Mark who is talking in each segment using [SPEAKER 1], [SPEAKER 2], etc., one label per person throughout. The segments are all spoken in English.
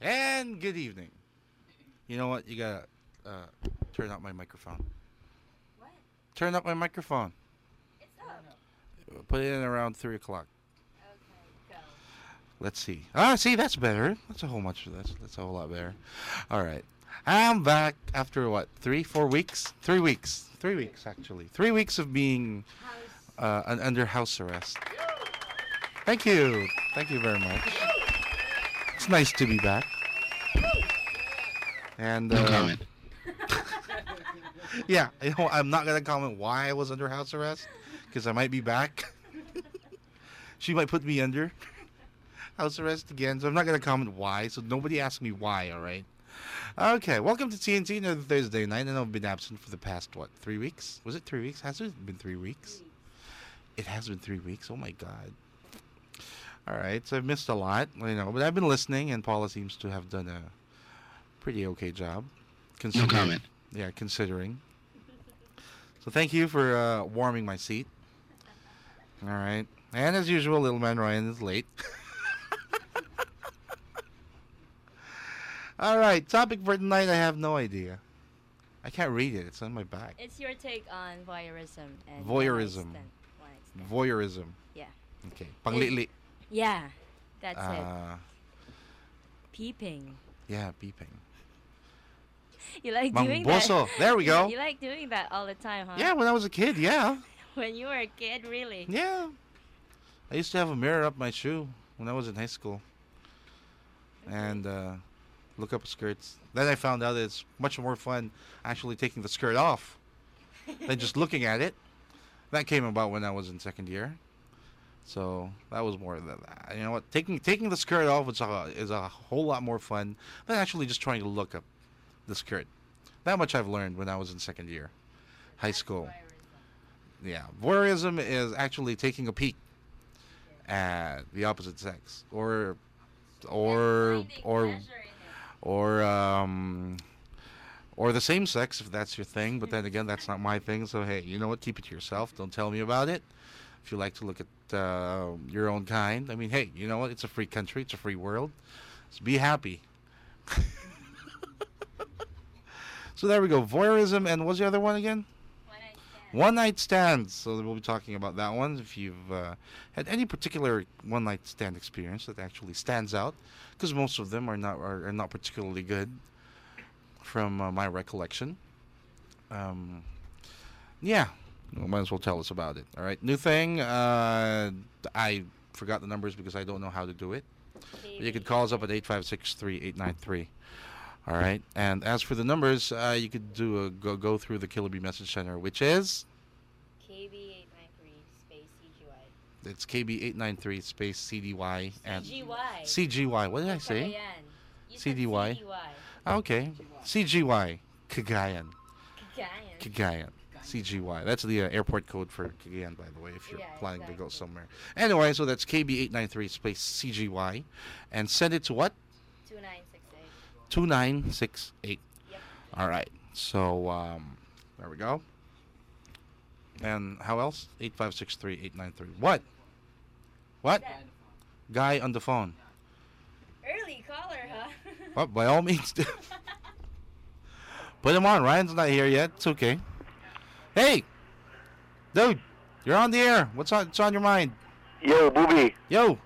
[SPEAKER 1] And good evening. You know what? You gotta uh, turn up my microphone.
[SPEAKER 2] What?
[SPEAKER 1] Turn up my microphone.
[SPEAKER 2] It's up.
[SPEAKER 1] Put it in around three o'clock.
[SPEAKER 2] Okay, go.
[SPEAKER 1] Let's see. Ah, see, that's better. That's a whole much. That's that's a whole lot better. All right, I'm back after what? Three, four weeks? Three weeks? Three weeks actually. Three weeks of being
[SPEAKER 2] House.
[SPEAKER 1] uh, un- under house arrest. Thank you. Thank you very much. It's nice to be back. And
[SPEAKER 3] No
[SPEAKER 1] uh,
[SPEAKER 3] comment.
[SPEAKER 1] yeah, you know, I'm not gonna comment why I was under house arrest because I might be back. she might put me under house arrest again, so I'm not gonna comment why. So nobody ask me why. All right. Okay, welcome to TNT another Thursday night, and I've been absent for the past what three weeks? Was it three weeks? Has it been three weeks? It has been three weeks. Oh my god. All right, so I've missed a lot, you know, but I've been listening, and Paula seems to have done a pretty okay job.
[SPEAKER 3] No
[SPEAKER 1] considering-
[SPEAKER 3] comment.
[SPEAKER 1] yeah, considering. So thank you for uh, warming my seat. All right. And as usual, little man Ryan is late. All right. Topic for tonight, I have no idea. I can't read it. It's on my back.
[SPEAKER 2] It's your take on voyeurism
[SPEAKER 1] Voyeurism.
[SPEAKER 2] and one night stand- one night stand.
[SPEAKER 1] Voyeurism.
[SPEAKER 2] Yeah.
[SPEAKER 1] Okay. Pangli.
[SPEAKER 2] Yeah, that's it.
[SPEAKER 1] Uh,
[SPEAKER 2] Peeping.
[SPEAKER 1] yeah, beeping.
[SPEAKER 2] You like doing
[SPEAKER 1] Mangboso.
[SPEAKER 2] that.
[SPEAKER 1] There we
[SPEAKER 2] Yeah,
[SPEAKER 1] go.
[SPEAKER 2] You like doing that all the time, huh?
[SPEAKER 1] Yeah, when I was a kid, yeah.
[SPEAKER 2] When you were a kid, really.
[SPEAKER 1] Yeah. I used to have a mirror up my shoe when I was in high school. And uh, look up skirts. Then I found out it's much more fun actually taking the skirt off than just looking at it. That came about when I was in second year. So that was more than that. You know what? Taking taking the skirt off is a, is a whole lot more fun than actually just trying to look up the skirt. That much I've learned when I was in second year, high school. Yeah, voyeurism is actually taking a peek at the opposite sex, or, or, or, or, um, or the same sex if that's your thing. But then again, that's not my thing. So hey, you know what? Keep it to yourself. Don't tell me about it. If you like to look at uh, your own kind, I mean, hey, you know what? It's a free country. It's a free world. So be happy. so there we go. Voyeurism and what's the other one again? One night stands. So we'll be talking about that one. If you've uh, had any particular one night stand experience that actually stands out, because most of them are not are, are not particularly good, from uh, my recollection. Um, yeah, you might as well tell us about it. All right, new thing. Uh, I forgot the numbers because I don't know how to do it. You could call us up at 856-3893. All right. And as for the numbers, uh, you could do a go, go through the Killaby Message Center, which is
[SPEAKER 2] KB893 space CGY.
[SPEAKER 1] it's KB893 space CDY and
[SPEAKER 2] CGY.
[SPEAKER 1] CGY. What did I say?
[SPEAKER 2] Cagayan. You said
[SPEAKER 1] CDY.
[SPEAKER 2] CDY.
[SPEAKER 1] Okay. CGY. Cagayan.
[SPEAKER 2] Cagayan.
[SPEAKER 1] Cagayan. CGY. That's the uh, airport code for Cagayan, by the way, if you're
[SPEAKER 2] Yeah,
[SPEAKER 1] planning to go
[SPEAKER 2] exactly.
[SPEAKER 1] somewhere. Anyway, so that's KB893 space CGY. And send it to what?
[SPEAKER 2] 2968.
[SPEAKER 1] 2968.
[SPEAKER 2] Yep.
[SPEAKER 1] All right. So um, there we go. And how else? 8563893. What? What?
[SPEAKER 2] That
[SPEAKER 1] Guy on the phone.
[SPEAKER 2] early caller, huh?
[SPEAKER 1] Well, by all means, do- put him on. Ryan's not here yet. It's okay. Hey, dude, you're on the air. What's on? What's on your mind?
[SPEAKER 4] Yo, Booby,
[SPEAKER 1] Yo.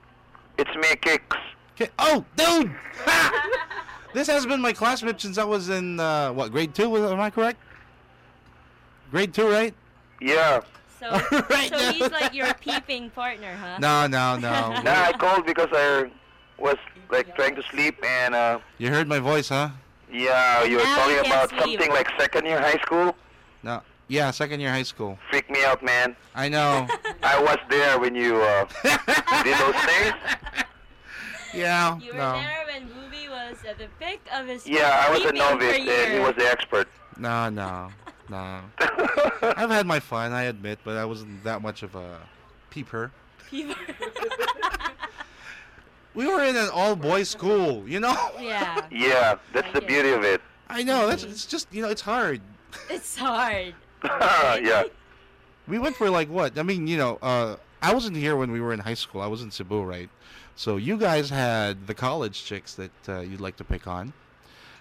[SPEAKER 4] it's me, Kicks.
[SPEAKER 1] Okay. Oh, dude. Ha! this has been my classmate since I was in uh, what grade two? Was am I correct? Grade two, right?
[SPEAKER 4] Yeah.
[SPEAKER 2] so,
[SPEAKER 1] Right
[SPEAKER 2] so
[SPEAKER 1] now.
[SPEAKER 2] he's like your peeping partner, huh?
[SPEAKER 1] No, no, no.
[SPEAKER 4] Nah, I called because I was like trying to sleep, and uh,
[SPEAKER 1] You heard my voice, huh?
[SPEAKER 4] yeah, you were
[SPEAKER 2] Now you
[SPEAKER 4] talking
[SPEAKER 2] can't
[SPEAKER 4] about
[SPEAKER 2] sleep.
[SPEAKER 4] something like second year high school.
[SPEAKER 1] No. Yeah, second year high school.
[SPEAKER 4] Freaked me out, man.
[SPEAKER 1] I know.
[SPEAKER 4] I
[SPEAKER 2] Uh-huh.
[SPEAKER 4] was there when you uh, did those things.
[SPEAKER 1] yeah.
[SPEAKER 2] You were
[SPEAKER 1] no.
[SPEAKER 2] there when Booby was at the peak of his
[SPEAKER 4] Yeah, I was a
[SPEAKER 2] peeping
[SPEAKER 4] novice, and he
[SPEAKER 2] career.
[SPEAKER 4] was the expert.
[SPEAKER 1] No, no, no. I've had my fun, I admit, but I wasn't that much of a peeper. We were in an all-boys school, you know.
[SPEAKER 2] yeah,
[SPEAKER 4] yeah, that's the
[SPEAKER 2] Okay.
[SPEAKER 4] beauty of it.
[SPEAKER 1] I know. That's it's just you know it's hard.
[SPEAKER 2] it's hard.
[SPEAKER 4] yeah.
[SPEAKER 1] We went for like what? I mean, you know, uh, I wasn't here when we were in high school. I was in Cebu, right? So you guys had the college chicks that uh, you'd like to pick on,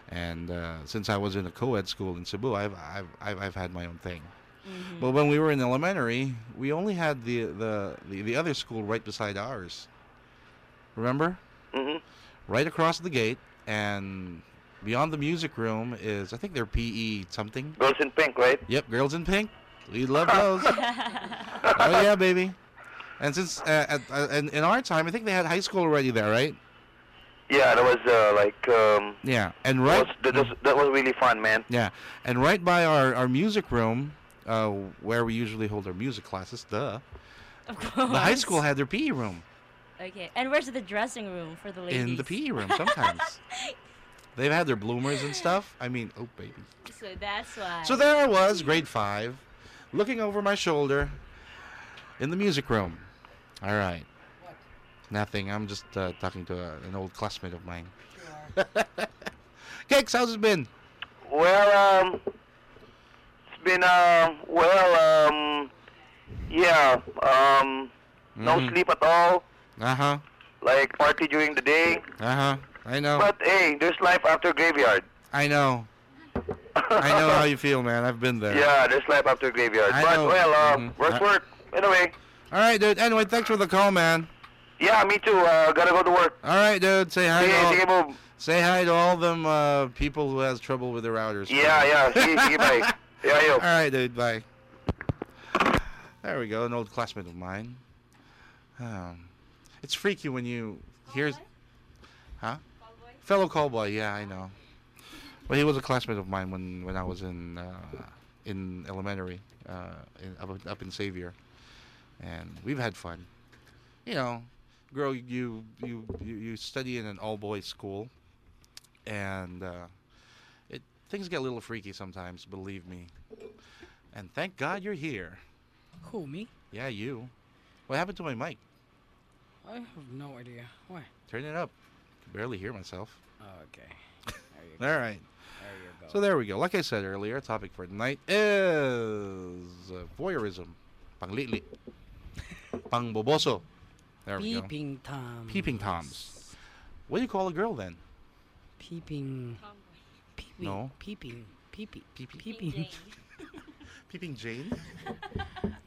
[SPEAKER 1] and uh, since I was in a co-ed school in Cebu, I've I've I've, I've had my own thing.
[SPEAKER 2] Mhm.
[SPEAKER 1] But when we were in elementary, we only had the the the, the other school right beside ours. Remember?
[SPEAKER 4] hmm
[SPEAKER 1] right across the gate and beyond the music room is I think they're PE something.
[SPEAKER 4] Girls in pink, right?
[SPEAKER 1] Yep, girls in pink. We love those. oh yeah, baby. And since uh, at, uh, in, in our time, I think they had high school already there, right?
[SPEAKER 4] Yeah, that was uh, like um,
[SPEAKER 1] Yeah, and
[SPEAKER 4] that
[SPEAKER 1] right.
[SPEAKER 4] was, that, was, that was really fun, man.
[SPEAKER 1] Yeah, and right by our our music room, uh, where we usually hold our music classes. Duh.
[SPEAKER 2] of course.
[SPEAKER 1] The high school had their PE room
[SPEAKER 2] Okay, and where's the dressing room for the ladies?
[SPEAKER 1] in the PE room sometimes. They've had their bloomers and stuff. I mean, oh baby.
[SPEAKER 2] So that's why.
[SPEAKER 1] So there I was, grade five, looking over my shoulder in the music room. All right.
[SPEAKER 3] What?
[SPEAKER 1] Nothing. I'm just uh, talking to a, an old classmate of mine.
[SPEAKER 3] Sure.
[SPEAKER 1] Cakes, how's it been?
[SPEAKER 4] Well, um, it's been um, well, um, yeah, um, no
[SPEAKER 1] Mhm.
[SPEAKER 4] sleep at all.
[SPEAKER 1] Uh huh.
[SPEAKER 4] Like party during the day,
[SPEAKER 1] Uh huh. I know.
[SPEAKER 4] but hey, there's life after graveyard.
[SPEAKER 1] I know. I know how you feel, man. I've been there.
[SPEAKER 4] Yeah, there's life after graveyard.
[SPEAKER 1] I
[SPEAKER 4] but
[SPEAKER 1] know.
[SPEAKER 4] well, um,
[SPEAKER 1] Mhm.
[SPEAKER 4] work's
[SPEAKER 1] I-
[SPEAKER 4] work. Anyway,
[SPEAKER 1] All right, dude. Anyway, thanks for the call, man.
[SPEAKER 4] yeah, me too. Uh, gotta go to work.
[SPEAKER 1] All right, dude. Say hi.
[SPEAKER 4] Sige, sige,
[SPEAKER 1] To all,
[SPEAKER 4] Bob.
[SPEAKER 1] say hi to all them uh, people who has trouble with their routers.
[SPEAKER 4] Yeah, yeah. Sige, sige, bye. Yeah, yo.
[SPEAKER 1] All right, dude. Bye. There we go. An old classmate of mine. Um, it's freaky when you hear Huh? fellow cowboy. Yeah, I know. But he was a classmate of mine when, when I was in uh, in elementary uh, in, up, up in Xavier, and we've had fun. You know, girl, you you you, you study in an all boys school, and uh, it things get a little freaky sometimes. Believe me. And thank God you're here.
[SPEAKER 3] Who me?
[SPEAKER 1] Yeah, you. What happened to my mic?
[SPEAKER 3] I have no idea. Why? Oh,
[SPEAKER 1] Turn it up. Can barely hear myself.
[SPEAKER 3] Okay. There you
[SPEAKER 1] All
[SPEAKER 3] go.
[SPEAKER 1] right.
[SPEAKER 3] There you go.
[SPEAKER 1] So there we go. Like I said earlier, our topic for tonight is uh, voyeurism, panglit, pangboboso. There we go.
[SPEAKER 3] Peeping toms.
[SPEAKER 1] Peeping toms. What do you call a girl then?
[SPEAKER 3] Peeping. Peeping.
[SPEAKER 1] No.
[SPEAKER 3] Peeping. Peeping.
[SPEAKER 1] Peeping.
[SPEAKER 3] Peeping.
[SPEAKER 1] Peeping Jane.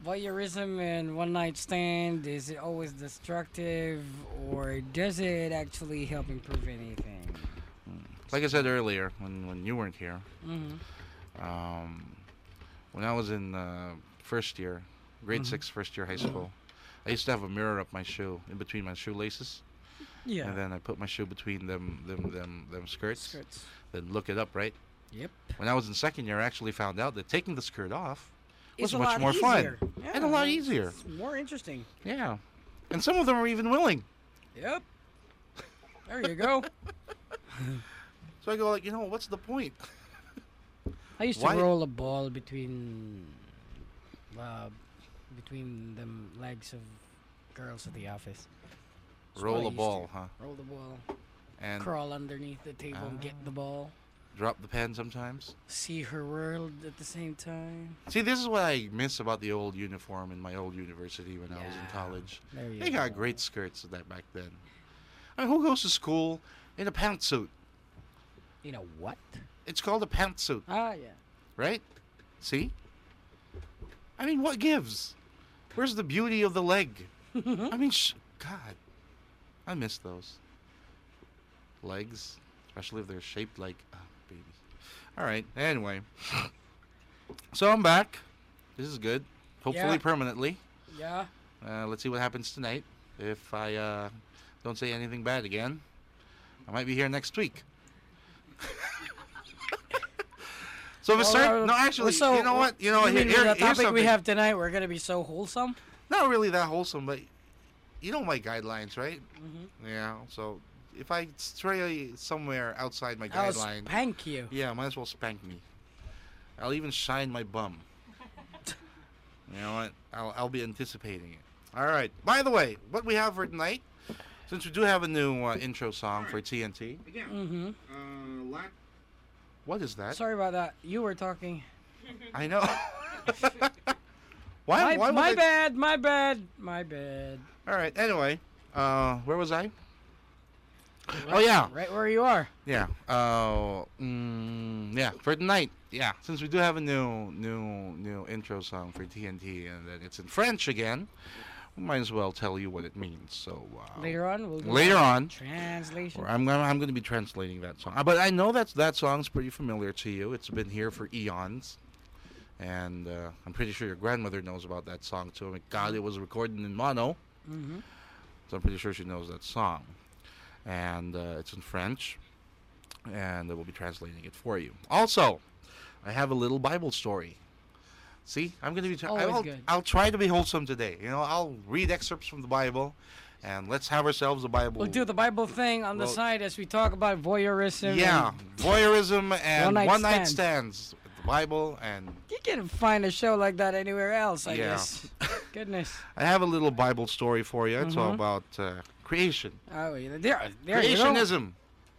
[SPEAKER 3] Voyeurism and one night stand is it always destructive or does it actually help improve anything?
[SPEAKER 1] Like I said earlier, when when you weren't here,
[SPEAKER 3] Mm-hmm.
[SPEAKER 1] um, when I was in uh, first year, grade
[SPEAKER 3] Mhm.
[SPEAKER 1] six, first year high school, I used to have a mirror up my shoe, in between my shoelaces,
[SPEAKER 3] Yeah.
[SPEAKER 1] and then I put my shoe between them them them them skirts,
[SPEAKER 3] Skirts.
[SPEAKER 1] then look it up, right?
[SPEAKER 3] Yep.
[SPEAKER 1] When I was in second year, I actually found out that taking the skirt off was
[SPEAKER 3] It's a
[SPEAKER 1] much
[SPEAKER 3] lot
[SPEAKER 1] more
[SPEAKER 3] easier.
[SPEAKER 1] fun
[SPEAKER 3] Yeah,
[SPEAKER 1] and a lot
[SPEAKER 3] it's-
[SPEAKER 1] easier.
[SPEAKER 3] It's more interesting.
[SPEAKER 1] Yeah, and some of them were even willing.
[SPEAKER 3] Yep. There you go.
[SPEAKER 1] So I go like, you know, what's the point?
[SPEAKER 3] I used
[SPEAKER 1] Why-
[SPEAKER 3] to roll a ball between uh, between the legs of girls at the office. That's what I
[SPEAKER 1] Roll a
[SPEAKER 3] used to
[SPEAKER 1] ball,
[SPEAKER 3] do.
[SPEAKER 1] huh?
[SPEAKER 3] Roll the ball.
[SPEAKER 1] And Ah.
[SPEAKER 3] crawl underneath the table and get the ball.
[SPEAKER 1] drop the pen sometimes.
[SPEAKER 3] See her world at the same time.
[SPEAKER 1] See, this is what I miss about the old uniform in my old university when I was in
[SPEAKER 3] Yeah.
[SPEAKER 1] college.
[SPEAKER 3] There you
[SPEAKER 1] They
[SPEAKER 3] go.
[SPEAKER 1] got great skirts of that back then. I mean, who goes to school in a pantsuit?
[SPEAKER 3] You know what?
[SPEAKER 1] It's called a pantsuit,
[SPEAKER 3] Ah, yeah.
[SPEAKER 1] right? See? I mean, what gives? Where's the beauty of the leg? I mean, sh- God, I miss those legs, especially if they're shaped like oh, baby. All right. Anyway, so I'm back. This is good. Hopefully
[SPEAKER 3] Yeah.
[SPEAKER 1] permanently.
[SPEAKER 3] yeah.
[SPEAKER 1] Uh, let's see what happens tonight. If I uh, don't say anything bad again, I might be here next week. so, Mr.
[SPEAKER 3] Well,
[SPEAKER 1] no,
[SPEAKER 3] uh,
[SPEAKER 1] actually,
[SPEAKER 3] so
[SPEAKER 1] you know what? You know,
[SPEAKER 3] mean
[SPEAKER 1] here,
[SPEAKER 3] with
[SPEAKER 1] here-
[SPEAKER 3] the
[SPEAKER 1] here's
[SPEAKER 3] topic we
[SPEAKER 1] something.
[SPEAKER 3] have tonight, we're gonna be so wholesome.
[SPEAKER 1] not really that wholesome, but you know my guidelines, right?
[SPEAKER 3] Mhm.
[SPEAKER 1] Yeah. So if I stray somewhere outside my
[SPEAKER 3] I'll
[SPEAKER 1] guideline,
[SPEAKER 3] spank you.
[SPEAKER 1] yeah, might as well spank me. I'll even shine my bum. you know what? I'll, I'll be anticipating it. All right. By the way, what we have for tonight, since we do have a new uh, intro song for TNT,
[SPEAKER 3] Mm-hmm.
[SPEAKER 5] Uh, lack
[SPEAKER 1] what is that?
[SPEAKER 3] Sorry about that. You were talking.
[SPEAKER 1] I know. why? why
[SPEAKER 3] my
[SPEAKER 1] would
[SPEAKER 3] my
[SPEAKER 1] I-
[SPEAKER 3] bad. My bad. My bad.
[SPEAKER 1] All right. Anyway, Uh, where was I? Oh yeah,
[SPEAKER 3] Right where you are.
[SPEAKER 1] yeah. Uh, mm, yeah. For tonight, yeah. Since we do have a new, new, new intro song for TNT, and then it's in French again, we might as well tell you what it means. So uh,
[SPEAKER 3] Later on, we'll do
[SPEAKER 1] later
[SPEAKER 3] a
[SPEAKER 1] on,
[SPEAKER 3] Translation.
[SPEAKER 1] Or I'm gonna, I'm going to be translating that song. Uh, But I know that that song's pretty familiar to you. It's been here for eons, and uh, I'm pretty sure your grandmother knows about that song too. I mean, God, it was recorded in mono,
[SPEAKER 3] Mm-hmm.
[SPEAKER 1] so I'm pretty sure she knows that song. And uh, it's in French, and I will be translating it for you. Also, I have a little Bible story. See, I'm going to be. Tra-
[SPEAKER 3] Always
[SPEAKER 1] I'll,
[SPEAKER 3] good.
[SPEAKER 1] I'll try to be wholesome today. You know, I'll read excerpts from the Bible, and let's have ourselves a Bible.
[SPEAKER 3] We'll do the Bible thing on the
[SPEAKER 1] Well-
[SPEAKER 3] side as we talk about voyeurism.
[SPEAKER 1] Yeah,
[SPEAKER 3] and-
[SPEAKER 1] voyeurism and
[SPEAKER 3] One-night
[SPEAKER 1] one night
[SPEAKER 3] stands.
[SPEAKER 1] stands. The Bible and
[SPEAKER 3] You can find a show like that anywhere else, I
[SPEAKER 1] Yeah.
[SPEAKER 3] guess. Goodness.
[SPEAKER 1] I have a little Bible story for you. It's all
[SPEAKER 3] Mhm.
[SPEAKER 1] about uh, creation,
[SPEAKER 3] Oh, yeah, there, there you go.
[SPEAKER 1] creationism.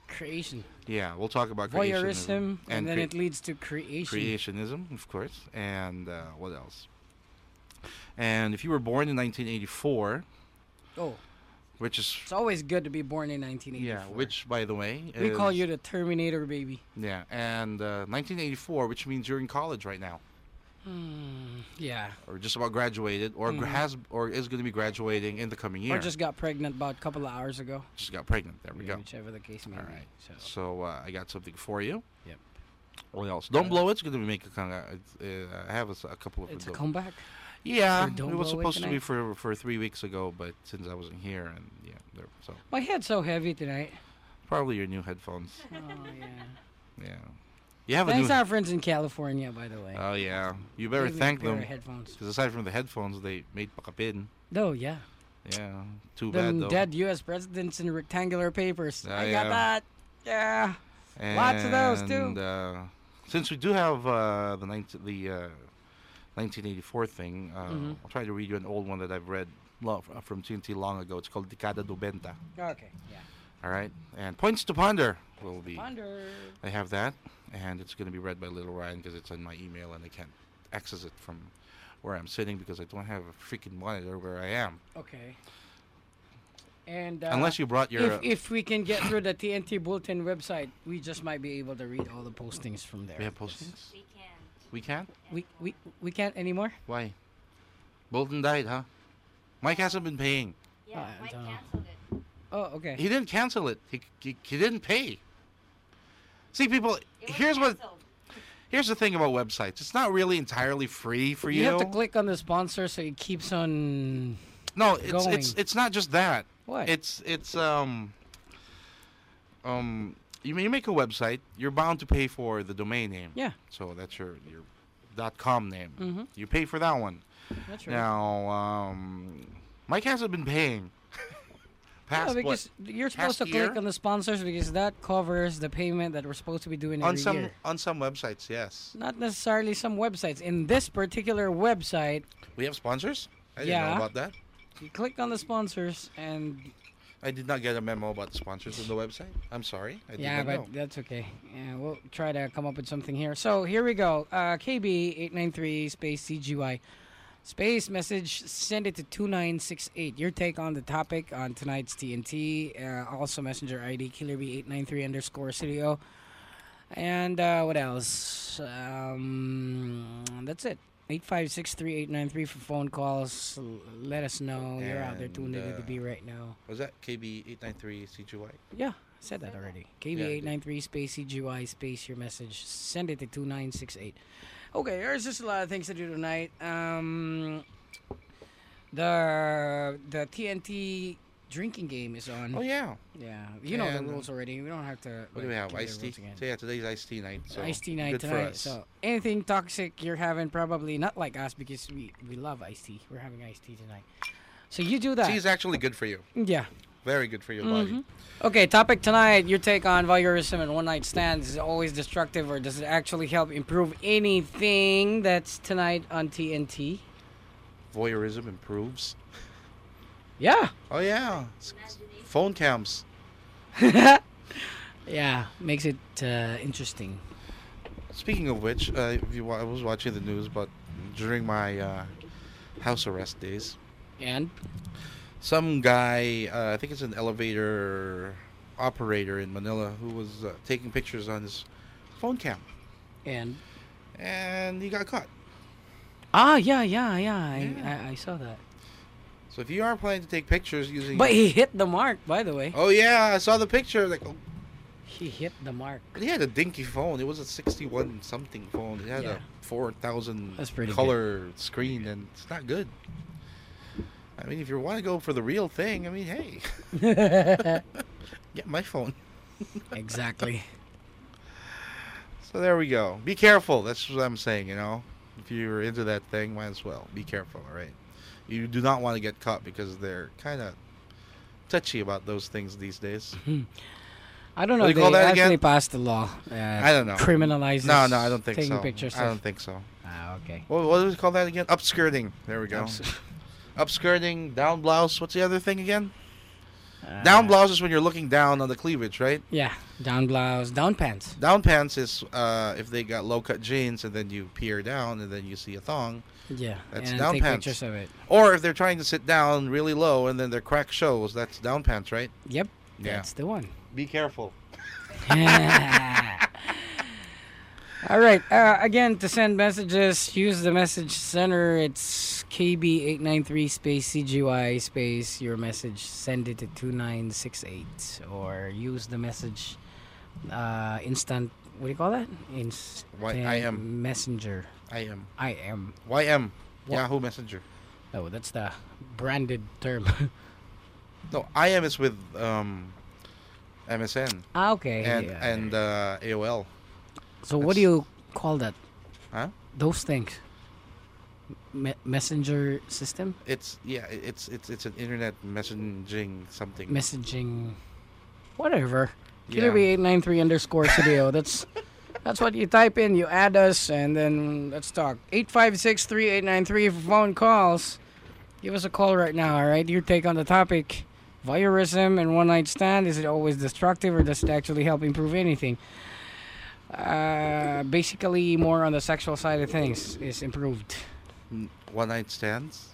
[SPEAKER 3] Creation.
[SPEAKER 1] Yeah, we'll talk about
[SPEAKER 3] Voyeurism,
[SPEAKER 1] creationism
[SPEAKER 3] and, then
[SPEAKER 1] crea-
[SPEAKER 3] it leads to creation.
[SPEAKER 1] creationism, of course, and uh, what else? And if you were born in 1984,
[SPEAKER 3] Oh,
[SPEAKER 1] which is
[SPEAKER 3] it's always good to be born in 1984.
[SPEAKER 1] yeah, which by the way,
[SPEAKER 3] we call
[SPEAKER 1] is-
[SPEAKER 3] you the Terminator baby.
[SPEAKER 1] yeah, and uh, 1984, which means you're in college right now.
[SPEAKER 3] Hmm. yeah.
[SPEAKER 1] Or just about graduated, or gra-
[SPEAKER 3] Mhm.
[SPEAKER 1] has, or is going to be graduating in the coming year.
[SPEAKER 3] Or just got pregnant about a couple of hours ago.
[SPEAKER 1] Just got pregnant. There we
[SPEAKER 3] Yeah,
[SPEAKER 1] go.
[SPEAKER 3] Whichever the case may
[SPEAKER 1] All
[SPEAKER 3] be.
[SPEAKER 1] right.
[SPEAKER 3] So.
[SPEAKER 1] So uh, I got something for you.
[SPEAKER 3] Yep.
[SPEAKER 1] What else? Don't
[SPEAKER 3] Uh,
[SPEAKER 1] blow it's gonna make a kind of. Uh, I have a, s- a couple of.
[SPEAKER 3] It's a
[SPEAKER 1] dope-
[SPEAKER 3] comeback.
[SPEAKER 1] yeah,
[SPEAKER 3] for Don't
[SPEAKER 1] it was
[SPEAKER 3] Blow It
[SPEAKER 1] supposed to be
[SPEAKER 3] tonight?
[SPEAKER 1] for for three weeks ago, but since I wasn't here and yeah, there, so
[SPEAKER 3] My head's so heavy tonight.
[SPEAKER 1] probably your new headphones.
[SPEAKER 3] Oh, yeah.
[SPEAKER 1] Yeah, you have
[SPEAKER 3] Thanks
[SPEAKER 1] a new.
[SPEAKER 3] our friends in California, by the way.
[SPEAKER 1] Oh yeah, you
[SPEAKER 3] Gave
[SPEAKER 1] better
[SPEAKER 3] me a
[SPEAKER 1] thank
[SPEAKER 3] pair of
[SPEAKER 1] them
[SPEAKER 3] headphones.
[SPEAKER 1] because aside from the headphones, they made pakapin.
[SPEAKER 3] No, yeah.
[SPEAKER 1] Yeah, too bad
[SPEAKER 3] Them
[SPEAKER 1] though.
[SPEAKER 3] dead U.S. presidents in rectangular papers.
[SPEAKER 1] Ah,
[SPEAKER 3] I
[SPEAKER 1] yeah.
[SPEAKER 3] got that. Yeah.
[SPEAKER 1] And,
[SPEAKER 3] Lots of those, too.
[SPEAKER 1] Uh, since we do have uh, the 19, the uh, 1984 thing, uh,
[SPEAKER 3] Mhm.
[SPEAKER 1] I'll try to read you an old one that I've read lo- f- from TNT long ago. It's called Decada do Benta.
[SPEAKER 3] Okay. Yeah.
[SPEAKER 1] All right, and points to ponder will be.
[SPEAKER 3] Ponder.
[SPEAKER 1] I have that, and it's going to be read by Little Ryan because it's in my email and I can't access it from where I'm sitting because I don't have a freaking monitor where I am.
[SPEAKER 3] Okay. And uh,
[SPEAKER 1] Unless you brought your.
[SPEAKER 3] if, if we can get through the TNT bulletin website, we just might be able to read all the postings from there.
[SPEAKER 1] we have postings.
[SPEAKER 2] We can.
[SPEAKER 1] We can't.
[SPEAKER 3] We we we can't anymore.
[SPEAKER 1] Why? Bolton died, huh? Mike hasn't been paying.
[SPEAKER 2] Yeah,
[SPEAKER 3] I
[SPEAKER 2] Mike
[SPEAKER 3] don't know.
[SPEAKER 2] canceled it.
[SPEAKER 3] Oh, okay.
[SPEAKER 1] He didn't cancel it. He, he, he didn't pay. See, people,
[SPEAKER 2] it was
[SPEAKER 1] here's what
[SPEAKER 2] canceled.
[SPEAKER 1] here's the thing about websites. It's not really entirely free for you.
[SPEAKER 3] You have to click on the sponsor so it keeps on.
[SPEAKER 1] no, it's
[SPEAKER 3] going.
[SPEAKER 1] it's it's not just that.
[SPEAKER 3] What?
[SPEAKER 1] It's it's um um you ma- you make a website, you're bound to pay for the domain name.
[SPEAKER 3] Yeah.
[SPEAKER 1] So that's your your dot com name.
[SPEAKER 3] Mhm.
[SPEAKER 1] You pay for that one.
[SPEAKER 3] That's right.
[SPEAKER 1] Now, um Mike hasn't been paying.
[SPEAKER 3] Yeah,
[SPEAKER 1] Past what?
[SPEAKER 3] because you're supposed to
[SPEAKER 1] past
[SPEAKER 3] click
[SPEAKER 1] year?
[SPEAKER 3] on the sponsors because that covers the payment that we're supposed to be doing
[SPEAKER 1] on
[SPEAKER 3] every
[SPEAKER 1] some
[SPEAKER 3] year.
[SPEAKER 1] on some websites, yes.
[SPEAKER 3] Not necessarily some websites. In this particular website,
[SPEAKER 1] We have sponsors? I didn't know
[SPEAKER 3] Yeah.
[SPEAKER 1] about that.
[SPEAKER 3] you click on the sponsors and
[SPEAKER 1] I did not get a memo about the sponsors on the website. I'm sorry. I
[SPEAKER 3] yeah,
[SPEAKER 1] did not
[SPEAKER 3] but
[SPEAKER 1] know.
[SPEAKER 3] that's okay. Yeah, we'll try to come up with something here. So here we go. Uh, KB eight nine three space CGY space message. Send it to two nine six eight. Your take on the topic on tonight's TNT. Uh, also messenger ID killer B eight nine three underscore studio. And uh, what else? Um, that's it. Eight five six three eight nine three for phone calls. L- Let us know you're out there tuned
[SPEAKER 1] And,
[SPEAKER 3] into
[SPEAKER 1] uh,
[SPEAKER 3] the B right now.
[SPEAKER 1] Was that KB893CGY?
[SPEAKER 3] Yeah, I said that already. KB893 space CGY space your message. Send it to 2968. Okay, there's just a lot of things to do tonight. Um, the the TNT drinking game is on.
[SPEAKER 1] Oh, yeah.
[SPEAKER 3] yeah. You know the
[SPEAKER 1] And-
[SPEAKER 3] rules already. We don't have to.
[SPEAKER 1] What do we
[SPEAKER 3] like,
[SPEAKER 1] have?
[SPEAKER 3] give the
[SPEAKER 1] Iced tea?
[SPEAKER 3] rules again.
[SPEAKER 1] So, yeah, today's iced tea night. So
[SPEAKER 3] iced tea night
[SPEAKER 1] good For
[SPEAKER 3] tonight.
[SPEAKER 1] us.
[SPEAKER 3] So anything toxic you're having, probably not like us because we, we love iced tea. We're having iced tea tonight. So you do that.
[SPEAKER 1] Tea is actually good for you.
[SPEAKER 3] Yeah.
[SPEAKER 1] Very good for your body.
[SPEAKER 3] Mm-hmm. Okay, topic tonight your take on voyeurism and one night stands is it always destructive or does it actually help improve anything that's tonight on TNT?
[SPEAKER 1] Voyeurism improves.
[SPEAKER 3] Yeah.
[SPEAKER 1] Oh, yeah. S- Phone cams.
[SPEAKER 3] yeah, makes it uh, interesting.
[SPEAKER 1] Speaking of which, uh, if you wa- I was watching the news, but during my uh, house arrest days,
[SPEAKER 3] And
[SPEAKER 1] some guy, uh, I think it's an elevator operator in Manila, who was uh, taking pictures on his phone cam,
[SPEAKER 3] And
[SPEAKER 1] and he got caught.
[SPEAKER 3] ah, yeah, yeah, yeah. I,
[SPEAKER 1] Yeah.
[SPEAKER 3] I, I saw that.
[SPEAKER 1] So if you are planning to take pictures using,
[SPEAKER 3] But he hit the mark, by the way.
[SPEAKER 1] oh yeah, I saw the picture. Like, oh,
[SPEAKER 3] He hit the mark.
[SPEAKER 1] but he had a dinky phone. It was a sixty-one something phone. It had a
[SPEAKER 3] Yeah.
[SPEAKER 1] four thousand
[SPEAKER 3] That's pretty good.
[SPEAKER 1] color screen, and it's not good. I mean, if you want to go for the real thing, I mean, hey, get my phone.
[SPEAKER 3] exactly.
[SPEAKER 1] So there we go. Be careful. That's what I'm saying, you know. If you're into that thing, might as well. Be careful, all right? You do not want to get caught because they're kind of touchy about those things these days.
[SPEAKER 3] I don't
[SPEAKER 1] What do
[SPEAKER 3] know. if
[SPEAKER 1] you call
[SPEAKER 3] they
[SPEAKER 1] that
[SPEAKER 3] actually
[SPEAKER 1] again?
[SPEAKER 3] passed a law. Uh,
[SPEAKER 1] I don't know.
[SPEAKER 3] Criminalizes.
[SPEAKER 1] No, no, I don't think
[SPEAKER 3] taking
[SPEAKER 1] so.
[SPEAKER 3] pictures.
[SPEAKER 1] I don't
[SPEAKER 3] of-
[SPEAKER 1] think so.
[SPEAKER 3] Ah, okay.
[SPEAKER 1] What, what do we call that again? Upskirting. There we go. Upskirting, down blouse. What's the other thing again? down
[SPEAKER 3] Uh,
[SPEAKER 1] blouse is when you're looking down on the cleavage, right?
[SPEAKER 3] Yeah, down blouse, down pants.
[SPEAKER 1] Down pants is uh, if they got low cut jeans and then you peer down and then you see a thong.
[SPEAKER 3] Yeah,
[SPEAKER 1] That's
[SPEAKER 3] and
[SPEAKER 1] down
[SPEAKER 3] take
[SPEAKER 1] pants.
[SPEAKER 3] pictures of it.
[SPEAKER 1] Or if they're trying to sit down really low and then their crack shows, that's down pants, right?
[SPEAKER 3] Yep,
[SPEAKER 1] Yeah.
[SPEAKER 3] that's the one.
[SPEAKER 1] Be careful.
[SPEAKER 3] All right. Uh, again, to send messages, use the message center. It's KB893 space CGY space your message. Send it to 2968 or use the message uh, instant. What do you call that? Instant
[SPEAKER 1] Why- IM.
[SPEAKER 3] Messenger.
[SPEAKER 1] I am.
[SPEAKER 3] I am.
[SPEAKER 1] YM.
[SPEAKER 3] What?
[SPEAKER 1] Yahoo Messenger.
[SPEAKER 3] Oh, that's the branded term.
[SPEAKER 1] No, I am is with um, MSN
[SPEAKER 3] ah, okay.
[SPEAKER 1] and
[SPEAKER 3] yeah.
[SPEAKER 1] and uh, AOL.
[SPEAKER 3] so, what do
[SPEAKER 1] that's-
[SPEAKER 3] you call that?
[SPEAKER 1] Huh?
[SPEAKER 3] Those things. Me- messenger system?
[SPEAKER 1] It's yeah. i- It's it's it's an internet messaging something.
[SPEAKER 3] messaging, whatever.
[SPEAKER 1] Yeah.
[SPEAKER 3] Killer B eight nine three underscore studio. That's that's what you type in. You add us, and then let's talk. Eight five six three eight nine three for phone calls. Give us a call right now. All right, your take on the topic: voyeurism and one night stand. Is it always destructive, or does it actually help improve anything? Uh, basically, more on the sexual side of things is improved.
[SPEAKER 1] N- one night stands.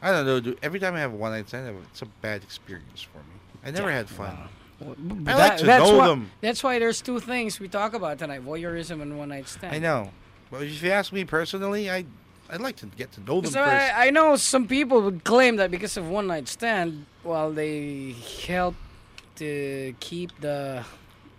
[SPEAKER 1] I don't know. Dude, every time I have a one night stand, I have- it's a bad experience for me. I never had fun.
[SPEAKER 3] Well,
[SPEAKER 1] I like to know
[SPEAKER 3] why,
[SPEAKER 1] them.
[SPEAKER 3] That's why there's two things we talk about tonight: voyeurism and one night stand.
[SPEAKER 1] I know, but if you ask me personally, I I'd like to get to know them
[SPEAKER 3] So
[SPEAKER 1] first.
[SPEAKER 3] I, I know some people would claim that because of one night stand, well, they help to keep the